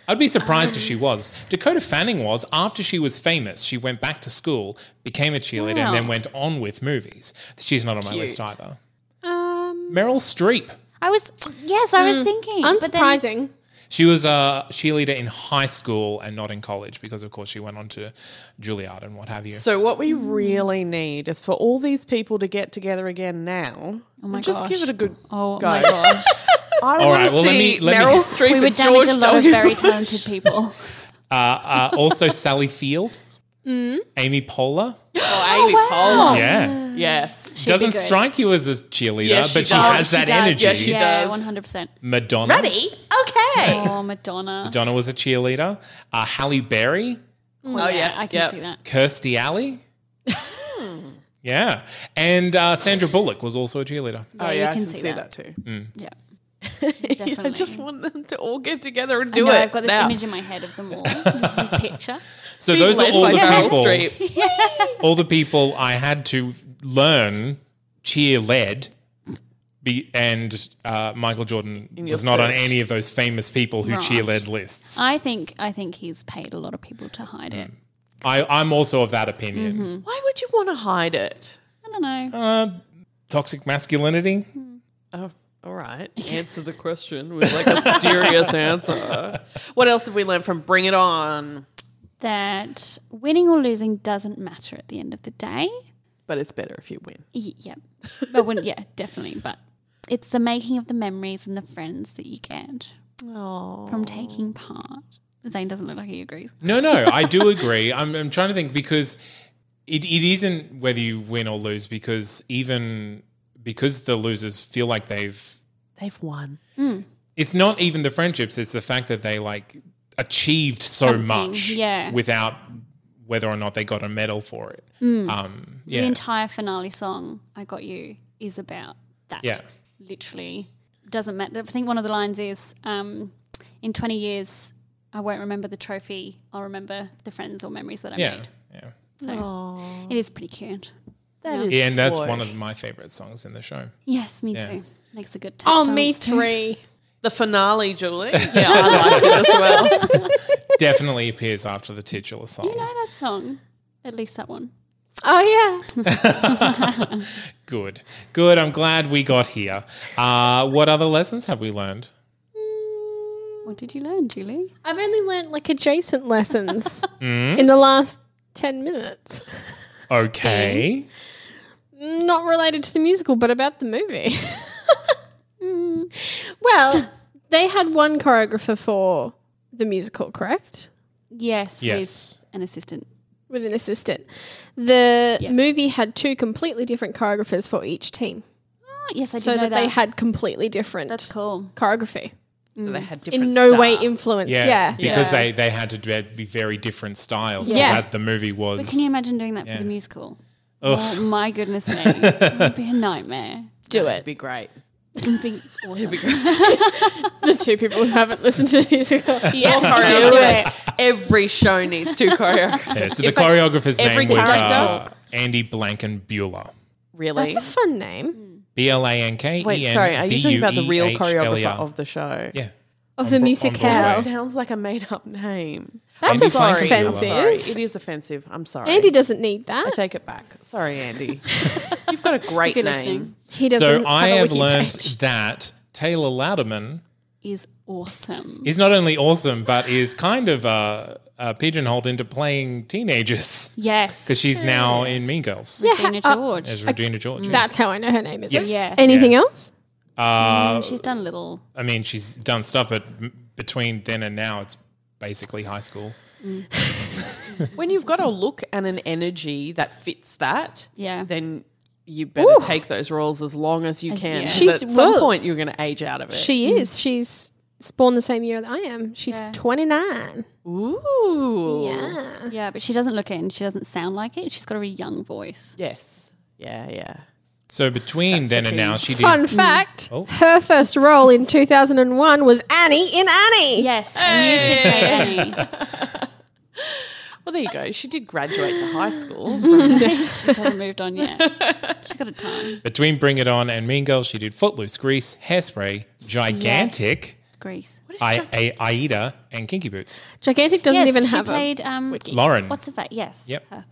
Speaker 2: I'd be surprised if she was. Dakota Fanning was after she was famous. She went back to school, became a cheerleader,
Speaker 3: Wow.
Speaker 2: and then went on with movies. She's not on my list either.
Speaker 4: Um,
Speaker 2: Meryl Streep.
Speaker 3: I was yes, I was thinking. but then-
Speaker 4: unsurprising.
Speaker 2: She was a cheerleader in high school and not in college because, of course, she went on to Juilliard and what have you.
Speaker 1: So what we really need is for all these people to get together again now.
Speaker 3: Oh my
Speaker 1: and just give
Speaker 3: gosh.
Speaker 1: it a good.
Speaker 3: Oh
Speaker 1: go.
Speaker 3: my gosh.
Speaker 1: I
Speaker 2: All
Speaker 1: want
Speaker 2: right,
Speaker 1: to
Speaker 2: well, let
Speaker 1: see
Speaker 2: me- let me-
Speaker 1: Meryl Streep
Speaker 3: We would
Speaker 1: and George
Speaker 3: damage a lot of
Speaker 1: W.
Speaker 3: very talented people.
Speaker 2: uh, also, Sally Field, Amy Poehler.
Speaker 1: Mm. Oh, Amy Poehler.
Speaker 2: Yeah,
Speaker 1: Yes.
Speaker 2: doesn't
Speaker 3: good.
Speaker 2: strike you as a cheerleader,
Speaker 1: Yes, she
Speaker 2: but she
Speaker 1: does.
Speaker 2: has
Speaker 1: Oh, She
Speaker 2: that
Speaker 1: does.
Speaker 2: energy.
Speaker 1: Yes, she
Speaker 3: yeah,
Speaker 1: does.
Speaker 3: one hundred percent.
Speaker 2: Madonna.
Speaker 1: Okay.
Speaker 3: Oh Madonna.
Speaker 2: Madonna was a cheerleader. Uh, Halle Berry,
Speaker 3: Oh,
Speaker 1: yeah,
Speaker 3: I can
Speaker 1: yeah.
Speaker 3: see that.
Speaker 2: Kirstie Alley.
Speaker 1: Hmm.
Speaker 2: yeah, and uh, Sandra Bullock was also a cheerleader.
Speaker 3: Yeah,
Speaker 1: Oh
Speaker 3: you
Speaker 1: yeah, I
Speaker 3: can
Speaker 1: can
Speaker 3: see
Speaker 1: see,
Speaker 3: that.
Speaker 1: that, too.
Speaker 3: Yeah.
Speaker 1: I just
Speaker 3: Definitely.
Speaker 1: want them to all get together and
Speaker 3: I
Speaker 1: do
Speaker 3: know,
Speaker 1: it.
Speaker 3: I've got this
Speaker 1: now.
Speaker 3: image in my head of them all. this is picture.
Speaker 2: So
Speaker 1: Being
Speaker 2: those are
Speaker 1: led
Speaker 2: all
Speaker 1: by
Speaker 2: the
Speaker 1: Meryl
Speaker 2: people.
Speaker 1: Streep.
Speaker 2: all the people I had to learn cheer led. Be, and uh, Michael Jordan
Speaker 1: your
Speaker 2: was not on
Speaker 1: search.
Speaker 2: any of those famous people who
Speaker 3: Right.
Speaker 2: cheer led lists.
Speaker 3: I think I think he's paid a lot of people to hide
Speaker 2: Mm.
Speaker 3: it.
Speaker 2: I, I'm also of that opinion.
Speaker 1: Why would you want to hide it?
Speaker 3: I don't know.
Speaker 2: Toxic masculinity.
Speaker 1: Oh, all right. Answer the question with like a serious answer. What else have we learned from Bring It On?
Speaker 3: that winning or losing doesn't matter at the end of the day.
Speaker 1: But it's better if you win.
Speaker 3: Y- Yeah. But when, yeah, definitely. But it's the making of the memories and the friends that you get from taking part. Zane doesn't look like he agrees.
Speaker 2: No, no, I do agree. I'm, I'm trying to think because it, it isn't whether you win or lose because even because the losers feel like they've
Speaker 1: They've won.
Speaker 2: it's not even the friendships it's the fact that they like achieved so
Speaker 3: Something,
Speaker 2: much
Speaker 3: yeah.
Speaker 2: without whether or not they got a medal for it um yeah
Speaker 3: Hmm. The entire finale song, I Got You, is about that.
Speaker 2: Yeah.
Speaker 3: Literally. Doesn't matter. I think one of the lines is um, in 20 years, I won't remember the trophy. I'll remember the friends or memories that I
Speaker 2: yeah
Speaker 3: made.
Speaker 2: yeah
Speaker 3: So it is pretty cute.
Speaker 1: That is
Speaker 2: Yeah, and that's one of my favorite songs in the show.
Speaker 3: Yes, me
Speaker 2: Yeah.
Speaker 3: too. Makes a good tap
Speaker 4: Oh, me
Speaker 3: dance too.
Speaker 4: three.
Speaker 1: the finale, Julie. Yeah, I liked it as well.
Speaker 2: Definitely appears after the titular song.
Speaker 3: You know that song? At least that one.
Speaker 4: Oh yeah.
Speaker 2: Good. Good. I'm glad we got here. Uh, what other lessons have we learned?
Speaker 3: What did you learn, Julie?
Speaker 4: I've only learnt like adjacent lessons in the last ten minutes.
Speaker 2: Okay.
Speaker 4: Not related to the musical, but about the movie. Well, they had one choreographer for the musical, correct?
Speaker 3: Yes,
Speaker 2: Yes.
Speaker 3: with an assistant.
Speaker 4: With an assistant. The movie had two completely different choreographers for each team,
Speaker 3: Oh, yes, I did
Speaker 4: so
Speaker 3: know
Speaker 4: that,
Speaker 3: that.
Speaker 4: they had completely different
Speaker 3: That's cool.
Speaker 4: choreography.
Speaker 1: So they had different
Speaker 4: Mm, In no way
Speaker 1: staff.
Speaker 4: influenced. Yeah.
Speaker 2: Because They, they had to be- be very different styles. 'cause
Speaker 4: Yeah.
Speaker 2: That the movie was.
Speaker 3: But can you imagine doing that for the musical? Oh my goodness me! it would be a nightmare.
Speaker 4: Do
Speaker 1: It'd
Speaker 4: it.
Speaker 1: be great.
Speaker 3: It would be awesome.
Speaker 4: the two people who haven't listened to the musical.
Speaker 1: Choreographers.
Speaker 4: do it.
Speaker 1: Every show needs two choreographers.
Speaker 2: Yeah, so the choreographer's
Speaker 1: every
Speaker 2: name was uh,
Speaker 1: character-
Speaker 2: Andy Blankenbuehler.
Speaker 1: Really?
Speaker 4: That's a fun name
Speaker 2: B L A N K E N.
Speaker 1: Wait, sorry. Are you talking about the real choreographer
Speaker 2: B-U-E-h-l-e-r.
Speaker 1: of the show?
Speaker 2: E Yeah.
Speaker 4: of the
Speaker 2: Bro- on
Speaker 4: musical.
Speaker 2: Broadway.
Speaker 1: Sounds like a made up name.
Speaker 2: That's
Speaker 4: just offensive.
Speaker 1: Sorry, it is offensive. I'm sorry.
Speaker 4: Andy doesn't need
Speaker 1: I
Speaker 4: that.
Speaker 1: take it back. Sorry, Andy. You've got a great
Speaker 3: you're
Speaker 1: name.
Speaker 3: listening,
Speaker 4: He doesn't.
Speaker 2: So I
Speaker 4: a
Speaker 2: have
Speaker 4: wiki
Speaker 2: learned
Speaker 4: page.
Speaker 2: that Taylor Louderman
Speaker 3: is awesome.
Speaker 2: is not only awesome, but is kind of uh, uh, pigeonholed into playing teenagers
Speaker 3: Yes.
Speaker 2: because she's now in Mean Girls
Speaker 3: Regina
Speaker 4: uh,
Speaker 3: George.
Speaker 2: as Regina George.
Speaker 4: That's how I know her name is.
Speaker 2: Yes.
Speaker 4: it?
Speaker 3: Yeah.
Speaker 4: Anything
Speaker 2: Yeah.
Speaker 4: else?
Speaker 2: Uh,
Speaker 3: Mm, She's done little.
Speaker 2: I mean, she's done stuff, but m- between then and now, it's basically high school.
Speaker 1: When you've got a look and an energy that fits that,
Speaker 3: Yeah.
Speaker 1: then you better take those roles as long as you
Speaker 3: As-
Speaker 1: can.
Speaker 3: yeah.
Speaker 1: because
Speaker 4: She's-
Speaker 1: at some
Speaker 4: well,
Speaker 1: point you're going to age out of it.
Speaker 4: She
Speaker 3: mm.
Speaker 4: is. She's born the same year that I am. She's 29.
Speaker 1: Ooh.
Speaker 4: Yeah.
Speaker 3: Yeah, but she doesn't look it and she doesn't sound like it. She's got a really young voice.
Speaker 1: Yes. Yeah. Yeah.
Speaker 2: So between then and now, she did.
Speaker 4: Fun fact
Speaker 2: Oh.
Speaker 4: her first role in 2001 was Annie in Annie.
Speaker 3: Yes, and you should play Annie.
Speaker 1: Well, there you go. She did graduate to high school.
Speaker 3: she just hasn't moved on yet. She's got a time.
Speaker 2: Between Bring It On and Mean Girls, she did Footloose, Grease, Hairspray, Gigantic,
Speaker 3: Grace.
Speaker 2: I- A- Aida, and Kinky Boots.
Speaker 4: Gigantic doesn't
Speaker 3: yes,
Speaker 4: even
Speaker 3: she
Speaker 4: have
Speaker 3: played um,
Speaker 2: Lauren.
Speaker 3: What's the fact? Yes.
Speaker 2: Yep.
Speaker 3: her.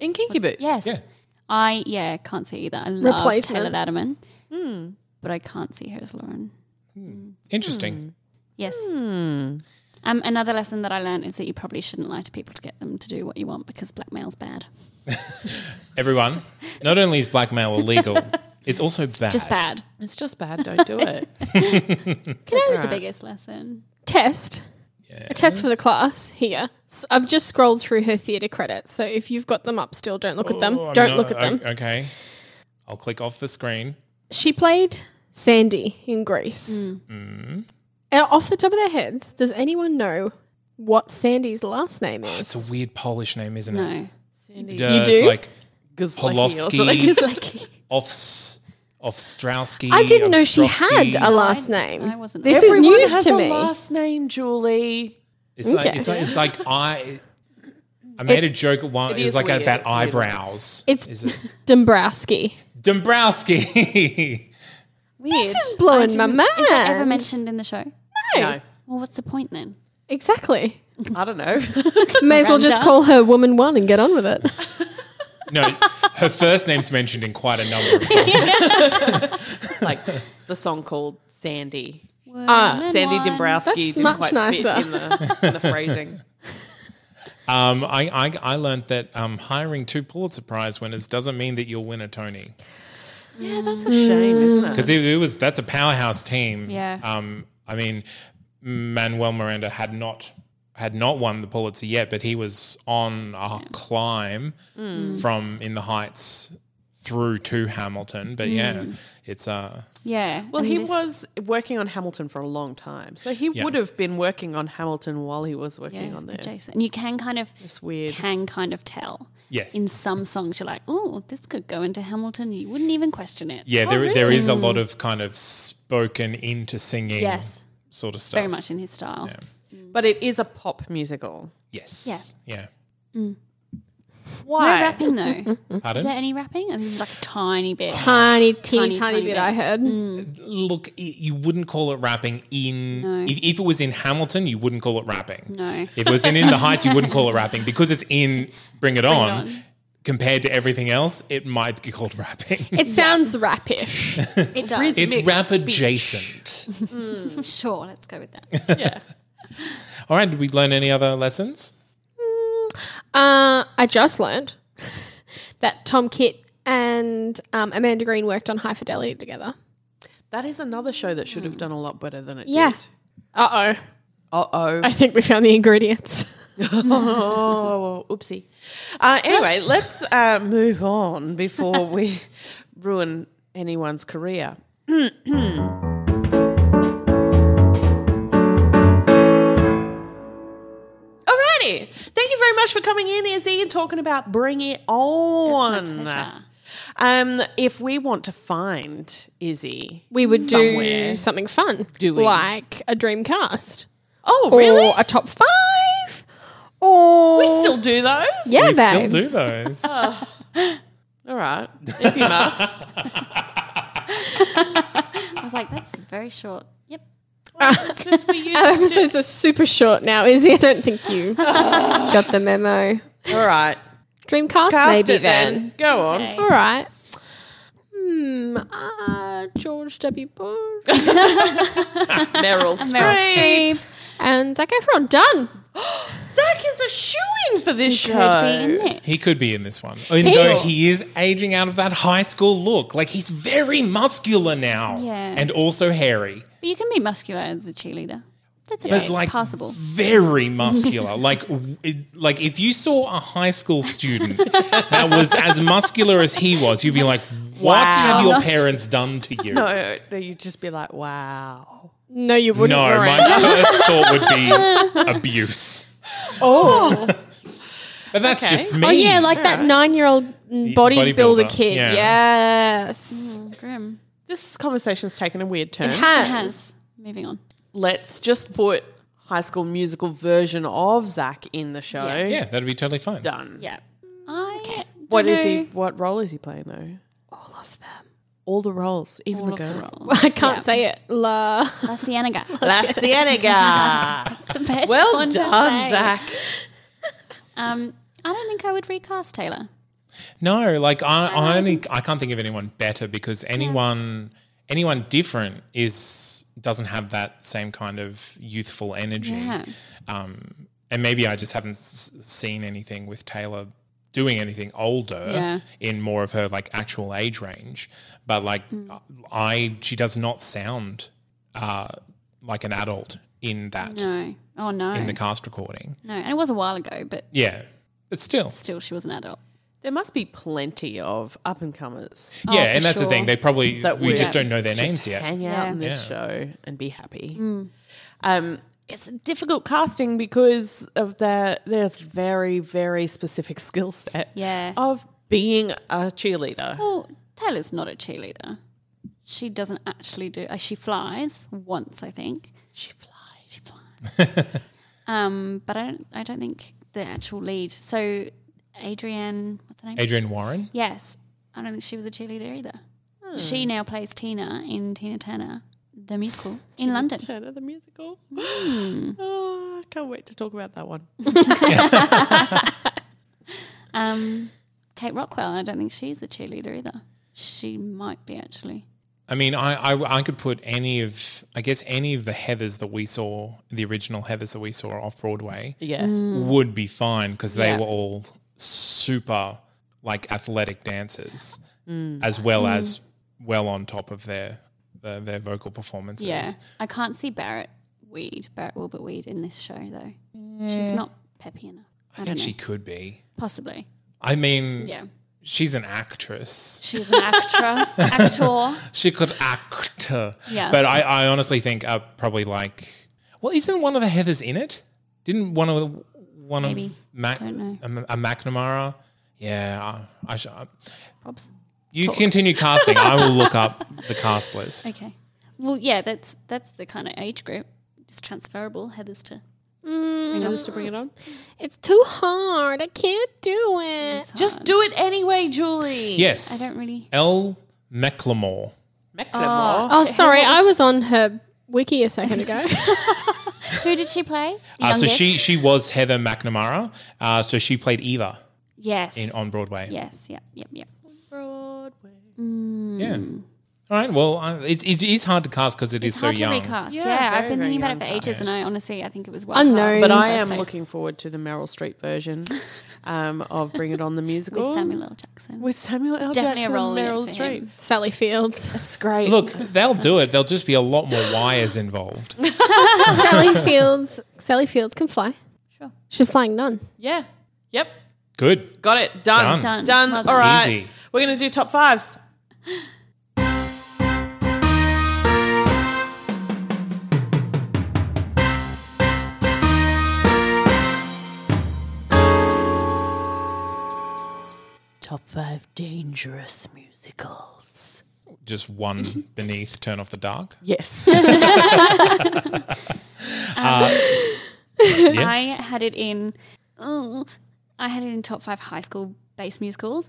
Speaker 1: In Kinky Boots.
Speaker 3: Yes. I yeah can't see either. I love
Speaker 4: Replacement. Hmm.
Speaker 3: Taylor Latterman, but I can't see her as Lauren.
Speaker 2: Interesting.
Speaker 3: Yes.
Speaker 1: Hmm.
Speaker 3: Um, another lesson that I learned is that you probably shouldn't lie to people to get them to do what you want because blackmail's bad.
Speaker 2: Everyone, not only is blackmail illegal, it's also bad.
Speaker 3: Just bad.
Speaker 1: It's just bad. Don't do it.
Speaker 3: That's the biggest lesson.
Speaker 4: a test. A test for the class here. S- I've just scrolled through her theatre credits, so if you've got them up still, don't look at them.
Speaker 2: Oh, I'm
Speaker 4: don't
Speaker 2: not-
Speaker 4: look at
Speaker 2: o-
Speaker 4: them.
Speaker 2: Okay. I'll click off the screen.
Speaker 4: She played Sandy in Greece.
Speaker 3: Mm.
Speaker 4: Uh, Off the top of their heads, does anyone know what Sandy's last name
Speaker 1: Oh,
Speaker 4: is?
Speaker 2: It's a weird Polish name, isn't it?
Speaker 3: No.
Speaker 2: Uh,
Speaker 4: You
Speaker 2: It's
Speaker 4: do?
Speaker 2: like
Speaker 1: Goslowski.
Speaker 2: Polofsky,
Speaker 3: Like
Speaker 2: Offs, Offstrowski.
Speaker 4: I didn't know she had
Speaker 2: Ostrovsky.
Speaker 4: a last
Speaker 3: I-
Speaker 4: name.
Speaker 3: I wasn't
Speaker 4: this
Speaker 3: aware.
Speaker 4: is
Speaker 1: Everyone
Speaker 4: news
Speaker 1: has
Speaker 4: to
Speaker 1: a
Speaker 4: me.
Speaker 1: last name, Julie.
Speaker 2: It's like,
Speaker 4: Okay.
Speaker 2: it's like, it's like I. I made a joke at one. It,
Speaker 1: It
Speaker 2: was
Speaker 1: is
Speaker 2: like
Speaker 1: weird.
Speaker 2: about
Speaker 1: It's a weird one.
Speaker 2: eyebrows.
Speaker 4: It's
Speaker 2: Is it-
Speaker 4: Dombrowski.
Speaker 2: Dombrowski.
Speaker 3: weird.
Speaker 4: This is blowing
Speaker 3: I didn't-
Speaker 4: my
Speaker 3: Is that ever
Speaker 4: mind.
Speaker 3: mentioned in the show?
Speaker 1: No.
Speaker 3: Well, what's the point then?
Speaker 4: Exactly.
Speaker 1: I don't know.
Speaker 4: May as well just
Speaker 3: Brenda.
Speaker 4: call her Woman One and get on with it.
Speaker 2: no, her first name's mentioned in quite a number of songs.
Speaker 1: like the song called Sandy.
Speaker 4: Ah,
Speaker 1: Sandy Dombrowski
Speaker 4: That's
Speaker 1: didn't
Speaker 4: much
Speaker 1: quite fit
Speaker 4: nicer.
Speaker 1: in the, in the phrasing.
Speaker 2: Um, I, I, I learned that um, hiring two Pulitzer Prize winners doesn't mean that you'll win a Tony.
Speaker 1: Yeah, that's a shame, isn't it?
Speaker 2: because it, it was that's a powerhouse team.
Speaker 3: Yeah.
Speaker 2: Um, I mean, Manuel Miranda had not had not won the Pulitzer yet, but he was on a climb
Speaker 3: Mm.
Speaker 2: from in the heights through to Hamilton. But yeah,
Speaker 3: Mm.
Speaker 2: it's uh
Speaker 3: Yeah.
Speaker 1: Well,
Speaker 3: and
Speaker 1: he
Speaker 3: this-
Speaker 1: was working on Hamilton for a long time, so he
Speaker 2: Yeah.
Speaker 1: would have been working on Hamilton while he was working
Speaker 3: yeah,
Speaker 1: on this.
Speaker 3: adjacent. And you can kind of
Speaker 1: It's weird.
Speaker 3: can kind of tell.
Speaker 2: yes.
Speaker 3: In some songs, you're like, "Oh, this could go into Hamilton." You wouldn't even question it.
Speaker 2: yeah, there, there is a lot of kind of spoken into singing
Speaker 3: Yes.
Speaker 2: sort of stuff.
Speaker 3: Very much in his style.
Speaker 1: But it is a pop musical.
Speaker 2: Yes. Yeah.
Speaker 3: No
Speaker 1: Why?
Speaker 3: rapping though.
Speaker 2: Pardon?
Speaker 3: Mm. Is there any rapping? And it's like a tiny bit.
Speaker 4: Tiny, teeny, tiny,
Speaker 3: tiny
Speaker 4: bit,
Speaker 3: bit. Mm.
Speaker 4: I heard.
Speaker 2: Look, y- you wouldn't call it rapping in. If, if it was in Hamilton, you wouldn't call it rapping.
Speaker 3: No.
Speaker 2: If it was in In the Heights, you wouldn't call it rapping because it's in Bring It On. Compared to everything else, it might be called rapping.
Speaker 4: It sounds rapish.
Speaker 3: It does.
Speaker 2: It's rap adjacent.
Speaker 3: sure, let's go with that.
Speaker 2: All right, did we learn any other lessons?
Speaker 4: Uh, I just learned that Tom Kitt and um, Amanda Green worked on High Fidelity together.
Speaker 1: That is another show that should have done a lot better than it
Speaker 4: Yeah.
Speaker 1: did.
Speaker 4: Uh oh.
Speaker 1: Uh oh.
Speaker 4: I think we found the ingredients.
Speaker 1: Oh, oopsie. Uh, anyway, let's uh, move on before we ruin anyone's career. Alrighty. Thank you very much for coming in, Izzy, and talking about Bring It On.
Speaker 3: pleasure.
Speaker 1: Um, if we want to find Izzy,
Speaker 4: We would
Speaker 1: Somewhere.
Speaker 4: do something fun.
Speaker 1: Doing.
Speaker 4: Like a Dreamcast.
Speaker 1: oh really?
Speaker 4: Or a top five. Or.
Speaker 1: we still do those.
Speaker 4: Yeah,
Speaker 2: we
Speaker 4: babe.
Speaker 2: still do those.
Speaker 1: All right. If you must.
Speaker 3: I was like, "That's very short." Yep.
Speaker 1: It's just we used
Speaker 4: Our
Speaker 1: to do-
Speaker 4: episodes are super short now, Izzy. I don't think you got the memo.
Speaker 1: All right.
Speaker 4: Dreamcast,
Speaker 1: Cast
Speaker 4: maybe
Speaker 1: it then. Go on.
Speaker 4: All right. Hmm. Uh, George W. Bush
Speaker 1: Meryl Streep.
Speaker 3: Streep
Speaker 4: and Zac Efron. Done.
Speaker 1: Zach is a shoe in for this
Speaker 3: could be
Speaker 1: show.
Speaker 3: in there.
Speaker 2: He could be in this one. And though he is aging out of that high school look. Like he's very muscular now.
Speaker 3: Yeah.
Speaker 2: And also hairy.
Speaker 3: But you can be muscular as a cheerleader. That's okay.
Speaker 2: But
Speaker 3: it's
Speaker 2: like
Speaker 3: possible.
Speaker 2: very muscular. like w- it- like if you saw a high school student that was as muscular as he was, you'd be like, "What have your parents done to you?"
Speaker 1: No, no, you'd just be like, wow.
Speaker 4: No, you wouldn't.
Speaker 2: No,
Speaker 4: Lauren.
Speaker 2: my first thought would be abuse.
Speaker 1: Oh,
Speaker 2: But that's
Speaker 1: Okay.
Speaker 2: just me.
Speaker 4: Oh yeah, like that nine-year-old mm, bodybuilder,
Speaker 2: bodybuilder,
Speaker 4: kid.
Speaker 2: yeah.
Speaker 4: Yes,
Speaker 3: Grim.
Speaker 1: this conversation's taken a weird turn.
Speaker 4: it
Speaker 3: It
Speaker 4: has.
Speaker 3: has. Moving on.
Speaker 1: Let's just put High School Musical version of Zach in the show.
Speaker 3: Yes.
Speaker 2: yeah, that'd be totally fine.
Speaker 1: Done.
Speaker 3: Yeah. I
Speaker 1: What
Speaker 3: don't
Speaker 1: is he?
Speaker 3: know
Speaker 1: What role is he playing though? All of them. All the roles, even
Speaker 3: all
Speaker 1: the
Speaker 3: of the
Speaker 1: girls.
Speaker 3: roles.
Speaker 4: I can't say it. La.
Speaker 3: La Cienega.
Speaker 1: La Cienega.
Speaker 3: That's the best
Speaker 1: well
Speaker 3: one
Speaker 1: done,
Speaker 3: to say.
Speaker 1: Zach.
Speaker 3: Um, I don't think I would recast Taylor.
Speaker 2: No, like I, I only I can't think of anyone better because anyone anyone different is doesn't have that same kind of youthful energy.
Speaker 3: Yeah.
Speaker 2: Um, and maybe I just haven't s- seen anything with Taylor doing anything older
Speaker 3: Yeah.
Speaker 2: in more of her like actual age range. But like
Speaker 3: Mm.
Speaker 2: I, she does not sound uh, like an adult in that
Speaker 3: No. Oh no.
Speaker 2: in the cast recording.
Speaker 3: no. And it was a while ago, but
Speaker 2: Yeah, but still.
Speaker 3: still, she was an adult.
Speaker 1: There must be plenty of up and comers
Speaker 2: yeah,
Speaker 3: Oh, for
Speaker 2: and that's the
Speaker 3: sure.
Speaker 2: thing. They probably
Speaker 1: that
Speaker 2: we
Speaker 1: would
Speaker 2: just don't know their names
Speaker 1: just
Speaker 2: yet.
Speaker 1: Hang out
Speaker 3: Yeah.
Speaker 1: in this
Speaker 2: Yeah.
Speaker 1: show and be happy.
Speaker 4: Mm.
Speaker 1: Um, it's a difficult casting because of their there's very very specific skill set.
Speaker 3: Yeah.
Speaker 1: of being a cheerleader.
Speaker 3: Well, Taylor's not a cheerleader. She doesn't actually do. Uh, she flies once, I think. She flies. She flies. um, but I don't. I don't think the actual lead. So, Adrienne, what's her name?
Speaker 2: Adrian Warren.
Speaker 3: Yes, I don't think she was a cheerleader either. She
Speaker 1: Hmm.
Speaker 3: now plays Tina in Tina Turner, the musical in London. Hmm.
Speaker 1: Turner the musical. Oh, I can't wait to talk about that one.
Speaker 3: Um, Kate Rockwell, I don't think she's a cheerleader either. She might be actually.
Speaker 2: I mean, I, I I could put any of I guess any of the Heathers that we saw, the original Heathers that we saw off Broadway,
Speaker 1: Yeah,
Speaker 3: Mm.
Speaker 2: would be fine because they
Speaker 1: Yeah.
Speaker 2: were all super like athletic dancers,
Speaker 3: Mm.
Speaker 2: as well as well on top of their their, their vocal performances.
Speaker 3: Yeah, I can't see Barrett Weed, Barrett Wilbert Weed in this show though. She's not peppy enough.
Speaker 2: I, think she could be.
Speaker 3: Possibly.
Speaker 2: I mean,
Speaker 1: Mm.
Speaker 3: Yeah.
Speaker 2: she's an actress.
Speaker 3: She's an actress, actor.
Speaker 2: She could act. uh,
Speaker 3: Yeah.
Speaker 2: But I, I honestly think uh, probably like, well, isn't one of the Heathers in it? Didn't one of the, one
Speaker 3: Maybe.
Speaker 2: of Mac,
Speaker 3: Don't know.
Speaker 2: A, a McNamara? Yeah, I, I sh- um,
Speaker 3: Props.
Speaker 2: you continue casting. I will look up the cast list.
Speaker 3: Okay. Well, yeah, that's that's the kind of age group. It's transferable. Heathers to.
Speaker 4: to bring it on. It's too hard. I can't do it.
Speaker 1: just do it anyway, Julie.
Speaker 2: Yes,
Speaker 3: I don't really-
Speaker 2: L. Mclemore.
Speaker 1: Macklemore.
Speaker 4: Oh, sorry. I was on her wiki a second ago.
Speaker 3: Who did she play? The
Speaker 2: Uh, so
Speaker 3: youngest?
Speaker 2: she she was Heather McNamara. Uh, so she played Eva
Speaker 3: Yes.
Speaker 2: in on Broadway.
Speaker 3: yes. Yep. Yep. Yep.
Speaker 1: Broadway.
Speaker 2: Yeah. All right. Well, uh, it's it is hard to cast because
Speaker 3: Hmm. It's
Speaker 2: it's so
Speaker 3: hard
Speaker 2: young.
Speaker 3: to recast.
Speaker 1: Yeah,
Speaker 3: Yeah,
Speaker 1: very,
Speaker 3: I've been
Speaker 1: very
Speaker 3: thinking about it
Speaker 1: young
Speaker 3: for ages, and I honestly, I think it was well
Speaker 4: Unknown.
Speaker 3: unknown.
Speaker 1: But
Speaker 4: Mm.
Speaker 1: I am looking forward to the Meryl Streep version um, of Bring It On the musical
Speaker 3: with Samuel L. Jackson.
Speaker 1: With Samuel L.
Speaker 3: definitely a
Speaker 1: Jackson
Speaker 3: role in it
Speaker 1: and Meryl
Speaker 3: for him.
Speaker 1: Streep.
Speaker 4: Sally Fields.
Speaker 1: It's great.
Speaker 2: Look, they'll do it. There'll just be a lot more wires involved.
Speaker 4: Sally Fields. Sally Fields can fly.
Speaker 3: Sure.
Speaker 4: She's flying none.
Speaker 1: yeah, yep,
Speaker 2: Good.
Speaker 1: got it, done,
Speaker 2: Done.
Speaker 1: done,
Speaker 3: Done. Well
Speaker 1: All right,
Speaker 2: Easy.
Speaker 1: we're gonna do top fives. Top five dangerous musicals.
Speaker 2: Just one beneath Turn Off the Dark.
Speaker 1: Yes.
Speaker 3: I had it in. Oh, I had it in top five high school based musicals,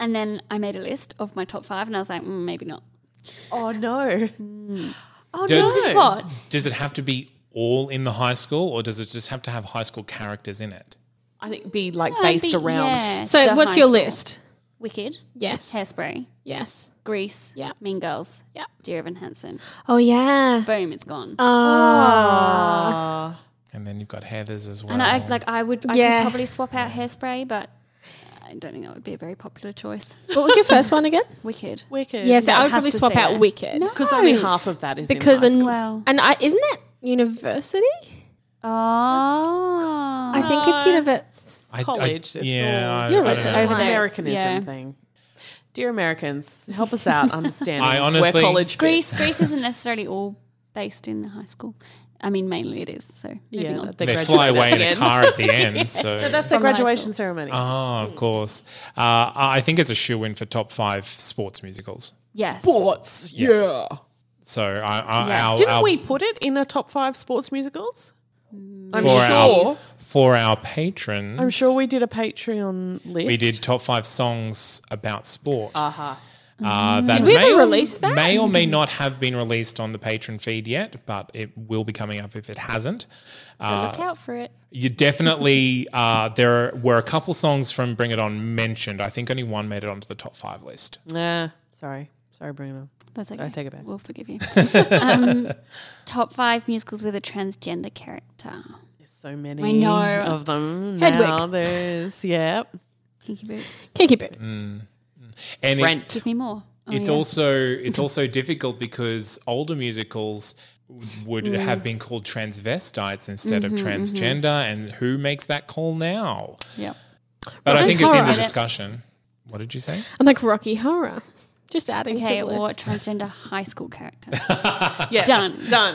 Speaker 3: and then I made a list of my top five, and I was like, mm, maybe not.
Speaker 1: Oh no. Oh
Speaker 2: Dude.
Speaker 1: no!
Speaker 3: What?
Speaker 2: Does it have to be all in the high school, or does it just have to have high school characters in it?
Speaker 1: I think be like
Speaker 3: Yeah,
Speaker 1: based
Speaker 3: be-
Speaker 1: around.
Speaker 3: yeah,
Speaker 4: So
Speaker 3: the
Speaker 4: what's
Speaker 3: high
Speaker 4: your
Speaker 3: school.
Speaker 4: list?
Speaker 3: Wicked,
Speaker 4: Yes.
Speaker 3: Hairspray,
Speaker 4: Yes.
Speaker 3: Grease,
Speaker 4: Yeah.
Speaker 3: Mean Girls,
Speaker 4: Yeah. Uh,
Speaker 3: Dear Evan Hansen.
Speaker 4: Oh yeah.
Speaker 3: Boom, it's gone.
Speaker 4: Ah.
Speaker 2: And then you've got Heather's as well.
Speaker 3: and I like I would I
Speaker 4: Yeah.
Speaker 3: could probably swap out hairspray, but I don't think that would be a very popular choice.
Speaker 4: what was your first one again?
Speaker 3: Wicked.
Speaker 1: Wicked.
Speaker 4: Yes, I
Speaker 3: has
Speaker 4: would probably
Speaker 3: to
Speaker 4: swap
Speaker 3: stay
Speaker 4: out
Speaker 3: there.
Speaker 4: Wicked.
Speaker 1: Because only half of that is
Speaker 4: Because
Speaker 1: in high
Speaker 4: and,
Speaker 1: school.
Speaker 3: Wow.
Speaker 4: and I, isn't that university?
Speaker 3: Oh,
Speaker 4: I think it's
Speaker 2: I-
Speaker 4: university.
Speaker 2: I-
Speaker 1: college. it's
Speaker 2: yeah,
Speaker 1: all-
Speaker 2: I-
Speaker 4: You're
Speaker 2: I,
Speaker 4: right,
Speaker 2: don't
Speaker 4: it's
Speaker 2: know.
Speaker 3: over there.
Speaker 1: Americanism
Speaker 3: Yeah.
Speaker 1: thing. Dear Americans, help us out understanding
Speaker 2: I honestly-
Speaker 1: where college fits.
Speaker 3: Greece. Greece isn't necessarily all based in the high school. I mean, mainly it is. So moving
Speaker 1: Yeah,
Speaker 3: on.
Speaker 1: they
Speaker 2: They
Speaker 1: graduate
Speaker 2: fly
Speaker 1: at
Speaker 2: away
Speaker 1: the
Speaker 2: in a
Speaker 1: end.
Speaker 2: car at the end. So
Speaker 1: That's their
Speaker 3: From high
Speaker 1: graduation
Speaker 3: school.
Speaker 1: ceremony.
Speaker 2: Oh, of course. Uh, I think it's a shoe in for top five sports musicals.
Speaker 3: Yes.
Speaker 1: sports, yeah.
Speaker 2: So I, I,
Speaker 3: Yes.
Speaker 2: our,
Speaker 1: Didn't
Speaker 2: our-
Speaker 1: we put it in a top five sports musicals? I'm
Speaker 2: for
Speaker 1: sure.
Speaker 2: our for our patrons,
Speaker 1: I'm sure we did a Patreon list.
Speaker 2: we did top five songs about sport. Uh-huh.
Speaker 3: Mm.
Speaker 2: Uh, that
Speaker 4: Did we
Speaker 2: may
Speaker 4: ever
Speaker 2: or-
Speaker 4: release that?
Speaker 2: May or may not have been released on the patron feed yet, but it will be coming up if it hasn't. Uh,
Speaker 3: So look out for it.
Speaker 2: You definitely uh, there were a couple songs from Bring It On mentioned. I think only one made it onto the top five list.
Speaker 1: Nah, sorry, sorry, Bruno.
Speaker 3: That's okay.
Speaker 1: take it back.
Speaker 3: We'll forgive you. um, top five musicals with a transgender character.
Speaker 1: So many
Speaker 3: I know.
Speaker 1: of them.
Speaker 4: Hedwig.
Speaker 1: Now there's yep.
Speaker 3: Kinky Boots.
Speaker 4: Kinky Boots.
Speaker 2: Mm. And it-
Speaker 1: Brent.
Speaker 3: Give me more. Oh,
Speaker 2: it's
Speaker 3: yeah.
Speaker 2: also it's also difficult because older musicals would
Speaker 3: Mm.
Speaker 2: have been called transvestites instead of
Speaker 3: Mm-hmm,
Speaker 2: transgender, and who makes that call now?
Speaker 3: Yep.
Speaker 2: But I
Speaker 4: that's
Speaker 2: think it's in the
Speaker 4: horror.
Speaker 2: discussion. What did you say?
Speaker 4: And like Rocky Horror. Just adding
Speaker 3: Okay,
Speaker 4: to the
Speaker 3: or
Speaker 4: list.
Speaker 3: transgender high school character.
Speaker 1: Yes,
Speaker 3: Done.
Speaker 1: Done.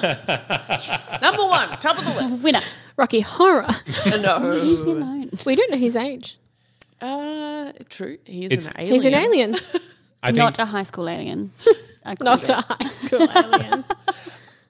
Speaker 1: Number one, top of the list.
Speaker 3: Winner.
Speaker 4: Rocky Horror.
Speaker 1: no.
Speaker 3: Leave me alone.
Speaker 4: we don't know his age.
Speaker 1: Uh, true. He is
Speaker 2: It's-
Speaker 1: an alien.
Speaker 4: He's an alien,
Speaker 2: I think
Speaker 3: Not a high school alien. I call
Speaker 4: not
Speaker 3: you.
Speaker 4: a high school alien.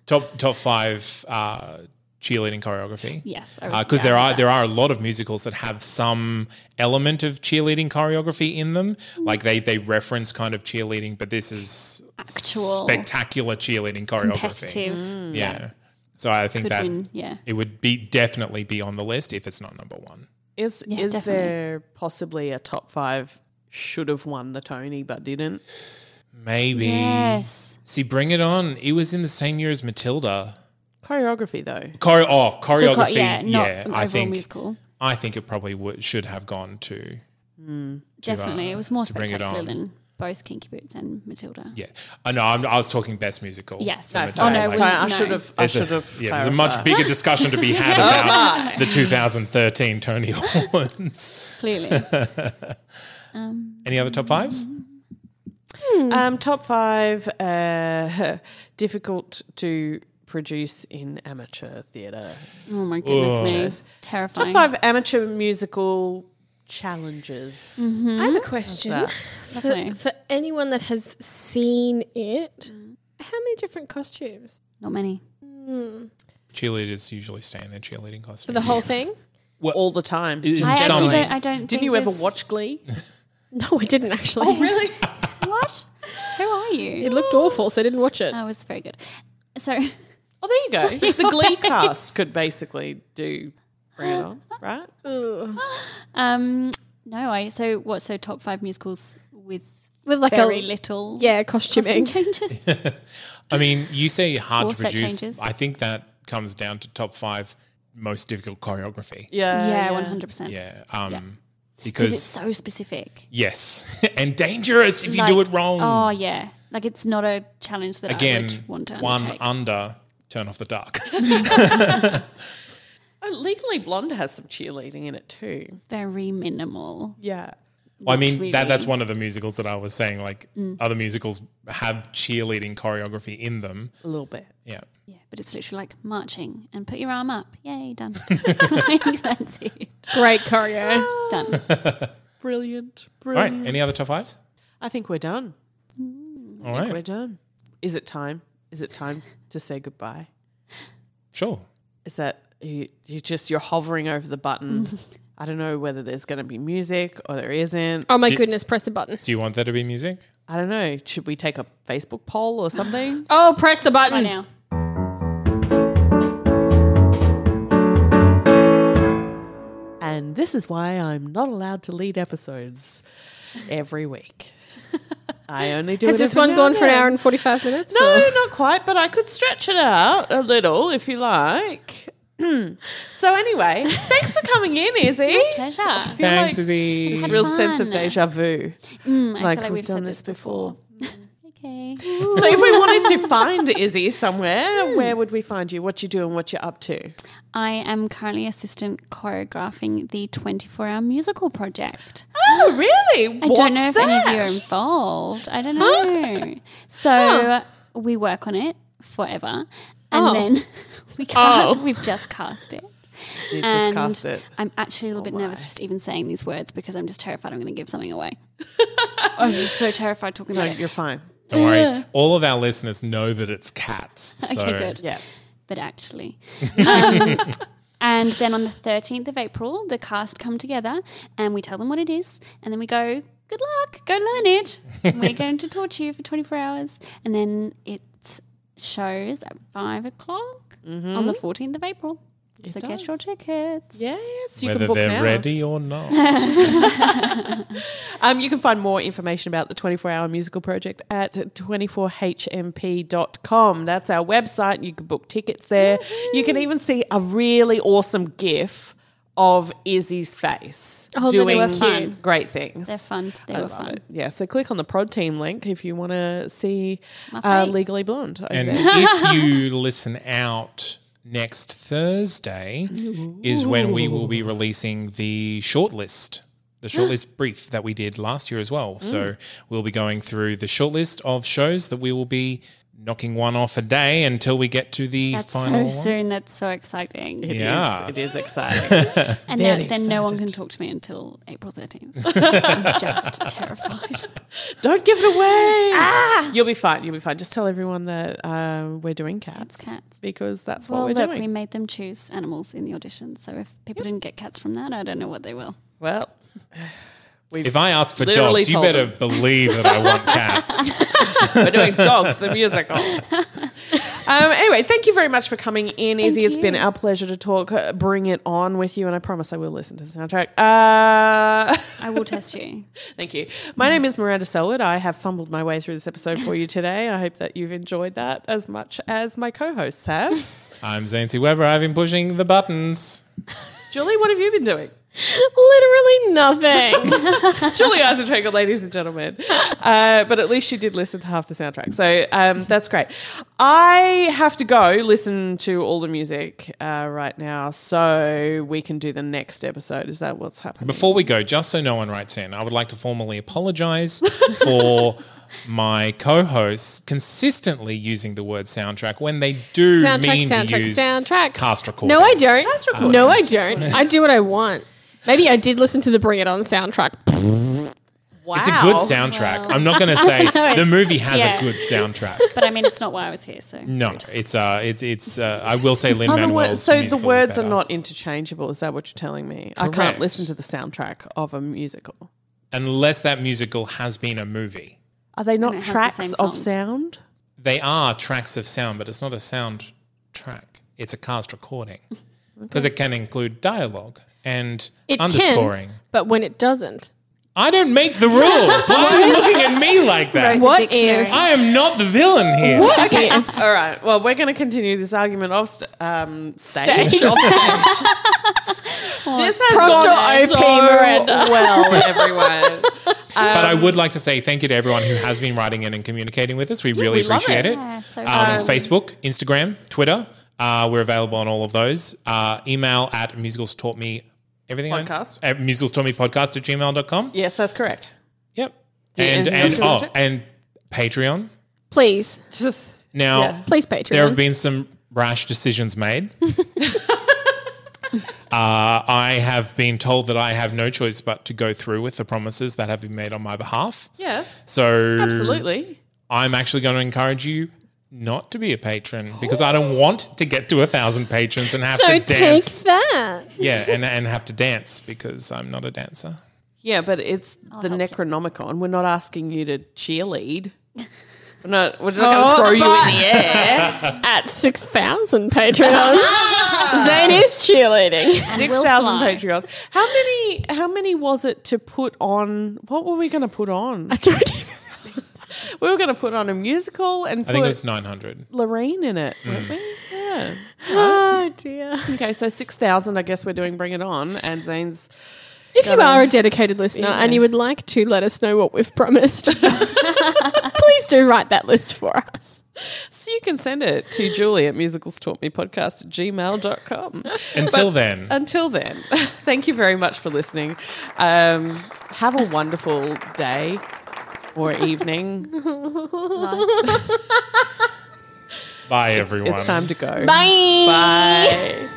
Speaker 2: top top five uh, cheerleading choreography.
Speaker 3: Yes, I was-
Speaker 2: because
Speaker 3: yeah,
Speaker 2: there
Speaker 3: I
Speaker 2: are
Speaker 3: like
Speaker 2: there are a lot of musicals that have some element of cheerleading choreography in them. Like they they reference kind of cheerleading, but this is
Speaker 3: Actual
Speaker 2: spectacular cheerleading choreography. Mm.
Speaker 3: competitive. Hmm.
Speaker 2: Yeah. So I think
Speaker 3: Could
Speaker 2: that
Speaker 3: win. Yeah.
Speaker 2: it would be definitely be on the list if it's not number one.
Speaker 1: Is
Speaker 3: Yeah,
Speaker 1: is
Speaker 3: definitely.
Speaker 1: there possibly a top five should have won the Tony but didn't?
Speaker 2: Maybe.
Speaker 3: Yes.
Speaker 2: See, Bring It On. It was in the same year as Matilda.
Speaker 1: Choreography though.
Speaker 2: Choreo- oh,
Speaker 3: Good call.
Speaker 2: choreography.
Speaker 3: yeah,
Speaker 2: Yeah,
Speaker 3: not an overall
Speaker 2: I think
Speaker 3: musical.
Speaker 2: I think it probably would, should have gone to
Speaker 3: Definitely. It was more
Speaker 2: to Bring It
Speaker 3: spectacular
Speaker 2: On.
Speaker 3: than both Kinky Boots and Matilda.
Speaker 2: yeah. I know. I'm, I was talking best musical.
Speaker 3: Yes.
Speaker 2: for
Speaker 3: No,
Speaker 2: Matilda,
Speaker 3: sorry. Oh, no,
Speaker 2: like-
Speaker 3: we-
Speaker 1: sorry, I
Speaker 3: no.
Speaker 1: should have. I
Speaker 2: there's
Speaker 1: should
Speaker 2: a,
Speaker 1: have. Oh,
Speaker 2: yeah, there's a much bigger discussion to be had about the 2013 Tony Awards.
Speaker 3: Clearly.
Speaker 2: Any other top fives?
Speaker 1: Um, top five uh, difficult to produce in amateur theatre.
Speaker 3: Oh my goodness me.
Speaker 1: Top
Speaker 3: Terrifying.
Speaker 1: five amateur musical challenges.
Speaker 3: Mm-hmm.
Speaker 4: I have a question
Speaker 3: Lovely.
Speaker 4: for, for anyone that has seen it. How many different costumes
Speaker 3: Not many.
Speaker 2: Cheerleaders usually stay in their cheerleading costumes.
Speaker 4: for the whole thing?
Speaker 1: all the time.
Speaker 2: Is
Speaker 3: I actually
Speaker 2: some-
Speaker 3: don't. I don't.
Speaker 1: Didn't
Speaker 3: think
Speaker 1: you ever
Speaker 3: there's- Oh,
Speaker 1: watch Glee?
Speaker 4: No, I didn't actually.
Speaker 1: Oh, really?
Speaker 3: What? Who are you?
Speaker 4: It looked awful, so I didn't watch it.
Speaker 3: That was very good. So
Speaker 1: Oh, there you go. The Glee cast could basically do Bring It On, right?
Speaker 3: Um, no, I so what? So top five musicals with
Speaker 4: With like
Speaker 3: very
Speaker 4: a
Speaker 3: little
Speaker 4: yeah costuming.
Speaker 3: costume changes.
Speaker 2: I mean, you say hard
Speaker 3: Or
Speaker 2: to
Speaker 3: set
Speaker 2: produce.
Speaker 3: changes.
Speaker 2: I think that comes down to top five most difficult choreography.
Speaker 1: Uh,
Speaker 3: yeah, one hundred percent.
Speaker 2: Yeah. Um,
Speaker 3: Because
Speaker 2: Because,
Speaker 3: it's so specific.
Speaker 2: yes, and dangerous if you do
Speaker 3: Like,
Speaker 2: it wrong.
Speaker 3: Oh yeah, like it's not a challenge that I
Speaker 2: Again,
Speaker 3: would want to
Speaker 2: one
Speaker 3: undertake.
Speaker 2: under, turn off the dark.
Speaker 1: Oh, Legally Blonde has some cheerleading in it too.
Speaker 3: very minimal.
Speaker 1: Yeah.
Speaker 2: Well, I mean, that, that's
Speaker 3: really.
Speaker 2: one of the musicals that I was saying. Like,
Speaker 1: Mm.
Speaker 2: other musicals have cheerleading choreography in them.
Speaker 1: A little bit.
Speaker 2: Yeah.
Speaker 3: Yeah, but it's literally like marching and put your arm up. Yay, done. Like, that's it.
Speaker 4: Great choreo.
Speaker 3: Done.
Speaker 1: Brilliant.
Speaker 2: All right.
Speaker 1: Brilliant.
Speaker 2: Any other top fives?
Speaker 1: I think we're done.
Speaker 2: All
Speaker 1: We're
Speaker 2: right.
Speaker 1: done. Is it time? Is it time to say goodbye?
Speaker 2: Sure.
Speaker 1: Is that you, you just you're hovering over the button? I don't know whether there's going to be music or there isn't.
Speaker 4: Oh my goodness! Press the button.
Speaker 2: Do you want there to be music?
Speaker 1: I don't know. Should we take a Facebook poll or something?
Speaker 4: Oh, press the button.
Speaker 3: Right now.
Speaker 1: and this is why I'm not allowed to lead episodes every week. I only do.
Speaker 4: Has
Speaker 1: it
Speaker 4: this
Speaker 1: every
Speaker 4: one
Speaker 1: now
Speaker 4: gone
Speaker 1: and
Speaker 4: for an
Speaker 1: then.
Speaker 4: hour and 45 minutes?
Speaker 1: No,
Speaker 4: or-
Speaker 1: not quite, but I could stretch it out a little if you like. so anyway, thanks for coming in, Izzy.
Speaker 3: Pleasure.
Speaker 1: I feel
Speaker 2: Thanks,
Speaker 1: like
Speaker 2: Izzy.
Speaker 1: This real sense of
Speaker 3: fun.
Speaker 1: deja vu.
Speaker 3: Mm,
Speaker 1: like
Speaker 3: I feel like
Speaker 1: we've
Speaker 3: we've,
Speaker 1: done
Speaker 3: said
Speaker 1: this
Speaker 3: this before. okay.
Speaker 1: So if we wanted to find Izzy somewhere, where would we find you? What you do and what you're up to?
Speaker 3: I am currently assistant choreographing the 24 hour musical project.
Speaker 1: Oh, really?
Speaker 3: I don't know if any of you are involved. I don't know. So we work on it forever. And
Speaker 1: Oh.
Speaker 3: then we cast, we've just cast it.
Speaker 1: Did just
Speaker 3: And
Speaker 1: cast it. Oh
Speaker 3: I'm actually a little bit nervous just even saying these words because I'm just terrified I'm going to give something away. I'm just so terrified talking
Speaker 1: No,
Speaker 3: about it.
Speaker 1: you're fine.
Speaker 2: Don't worry. All of our listeners know that it's cats. So
Speaker 3: Okay, good.
Speaker 1: Yeah.
Speaker 3: but actually. Um, and then on the 13th of April, the cast come together and we tell them what it is. And then we go, good luck, go learn it. We're going to torture you for 24 hours. And then it shows at 5 o'clock on
Speaker 1: Mm-hmm.
Speaker 3: the 14th of April. so get your tickets.
Speaker 1: Yes, you
Speaker 2: whether
Speaker 1: can book
Speaker 2: they're
Speaker 1: now.
Speaker 2: ready or not.
Speaker 1: Um, you can find more information about the 24 Hour Musical Project at 24hmp.com. That's our website. You can book tickets there. You can even see a really awesome GIF of Izzy's face
Speaker 4: Oh, they were
Speaker 1: doing
Speaker 3: cute.
Speaker 1: great things.
Speaker 3: They're fun. They
Speaker 1: I
Speaker 3: were
Speaker 1: love
Speaker 3: fun.
Speaker 1: it. Yeah, so click on the Prod Team link if you want to see
Speaker 3: My
Speaker 1: uh,
Speaker 3: face.
Speaker 1: Legally Blonde. over
Speaker 2: and
Speaker 1: there.
Speaker 2: if you listen out next Thursday is when we will be releasing the shortlist. The shortlist brief that we did last year as well.
Speaker 1: Mm.
Speaker 2: So we'll be going through the shortlist of shows that we will be knocking one off a day until we get to the
Speaker 3: That's so
Speaker 2: final one.
Speaker 3: soon. That's so exciting.
Speaker 1: It is-
Speaker 2: Yeah.
Speaker 1: it is exciting.
Speaker 3: and now, then no one can talk to me until April 13th. I'm just terrified.
Speaker 1: Don't give it away. ah! You'll be fine. You'll be fine. Just tell everyone that uh, we're doing cats
Speaker 3: It's cats.
Speaker 1: because that's what
Speaker 3: Well,
Speaker 1: we're
Speaker 3: look,
Speaker 1: doing.
Speaker 3: we made them choose animals in the audition. So if people didn't get cats from that, I don't know what they will.
Speaker 1: well,
Speaker 2: If I ask for
Speaker 1: Literally
Speaker 2: dogs, you
Speaker 1: told
Speaker 2: better
Speaker 1: them.
Speaker 2: believe that I want cats.
Speaker 1: We're doing Dogs, the musical. Um, anyway, thank you very much for coming in, Izzy. It's been our pleasure to talk. uh, Bring it on with you, and I promise I will listen to the soundtrack. Uh,
Speaker 3: I will test you.
Speaker 1: thank you. My name is Miranda Selwood. I have fumbled my way through this episode for you today. I hope that you've enjoyed that as much as my co hosts have.
Speaker 2: I'm Zancy Weber. I've been pushing the buttons.
Speaker 1: Julie, what have you been doing?
Speaker 4: Literally nothing.
Speaker 1: Julie Eisentrager, ladies and gentlemen. Uh, but at least she did listen to half the soundtrack. So um, that's great. I have to go listen to all the music uh, right now so we can do the next episode. Is that what's happening?
Speaker 2: Before we go, just so no one writes in, I would like to formally apologize for my co hosts consistently using the word soundtrack when they do
Speaker 4: soundtrack,
Speaker 2: mean to
Speaker 4: soundtrack,
Speaker 2: use
Speaker 4: soundtrack.
Speaker 2: cast recording.
Speaker 4: No, I don't. Um, no, I don't. I do what I want. Maybe I did listen to the Bring It On soundtrack.
Speaker 1: wow.
Speaker 2: It's a good soundtrack. I'm not going to say the movie has
Speaker 3: yeah.
Speaker 2: a good soundtrack.
Speaker 3: But I mean, it's not why I was here. So
Speaker 2: No, it's uh, it's it's. Uh, I will say Lin
Speaker 1: Oh, the wor-
Speaker 2: Manuel.
Speaker 1: so the words are not interchangeable. Is that what you're telling me? I can't
Speaker 2: Correct.
Speaker 1: listen to the soundtrack of a musical.
Speaker 2: unless that musical has been a movie.
Speaker 1: Are they
Speaker 3: it
Speaker 1: not
Speaker 3: has the
Speaker 1: tracks
Speaker 3: same
Speaker 1: of
Speaker 3: songs.
Speaker 1: sound?
Speaker 2: they are tracks of sound, but it's not a sound track. It's a cast recording because it can include dialogue and
Speaker 4: It
Speaker 2: underscoring.
Speaker 4: can, but when it doesn't,
Speaker 2: I don't make the rules. Why are you looking at me like that?
Speaker 4: what
Speaker 3: dictionary.
Speaker 4: if?
Speaker 2: I am not the villain here.
Speaker 4: okay.
Speaker 1: All right. Well, we're going to continue this argument off st- um, stage.
Speaker 4: Stage.
Speaker 1: Off stage. this has
Speaker 4: Proctor
Speaker 1: gone so
Speaker 4: OP Miranda.
Speaker 1: well, everyone.
Speaker 2: but I would like to say thank you to everyone who has been writing in and communicating with us. We really
Speaker 1: we love
Speaker 2: appreciate
Speaker 1: it.
Speaker 2: it.
Speaker 3: Yeah, so
Speaker 2: um,
Speaker 3: fun.
Speaker 2: Facebook, Instagram, Twitter. Uh, we're available on all of those. Uh, email at musicals taught me everything. I-
Speaker 1: Podcast.
Speaker 2: at musicals taught me podcast at gmail.com.
Speaker 1: Yes, that's correct.
Speaker 2: Yep.
Speaker 1: you-
Speaker 2: And
Speaker 1: anything else
Speaker 2: and
Speaker 1: you wanna
Speaker 2: oh, and Patreon.
Speaker 4: Please,
Speaker 1: Just
Speaker 2: Now
Speaker 1: Yeah.
Speaker 4: please
Speaker 2: there have
Speaker 4: Patreon.
Speaker 2: been some rash decisions made. uh, I have been told that I have no choice but to go through with the promises that have been made on my behalf.
Speaker 1: yeah,
Speaker 2: So
Speaker 1: absolutely.
Speaker 2: I'm actually going to encourage you not to be a patron because I don't want to get to a thousand patrons and have
Speaker 4: so
Speaker 2: to
Speaker 4: take
Speaker 2: dance.
Speaker 4: that.
Speaker 2: Yeah, and, and have to dance because I'm not a dancer.
Speaker 1: Yeah, but it's the Necronomicon. We're not asking you to cheerlead. We're not, we're not going to throw you in the air.
Speaker 4: At 6,000 Patreons, Zane is cheerleading.
Speaker 1: Six thousand Patreons. How many? How many was it to put on? What were we going to put on?
Speaker 4: I don't even
Speaker 1: We were going to put on a musical and
Speaker 2: I
Speaker 1: put
Speaker 2: think it was Mm. 900.
Speaker 1: Lorraine in it, weren't we? Yeah.
Speaker 4: Oh, dear.
Speaker 1: Okay, so six thousand. I guess we're doing Bring It On, and Zane's
Speaker 4: If you are a dedicated listener and you would like to let us know what we've promised, please do write that list for us.
Speaker 1: So you can send it to Julie at musicalstaughtmepodcast at gmail.com.
Speaker 2: Until then,
Speaker 1: Until then, thank you very much for listening. Um, have a wonderful day or evening.
Speaker 2: bye everyone.
Speaker 1: It's time to go.
Speaker 4: Bye.
Speaker 1: Bye.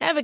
Speaker 5: Ever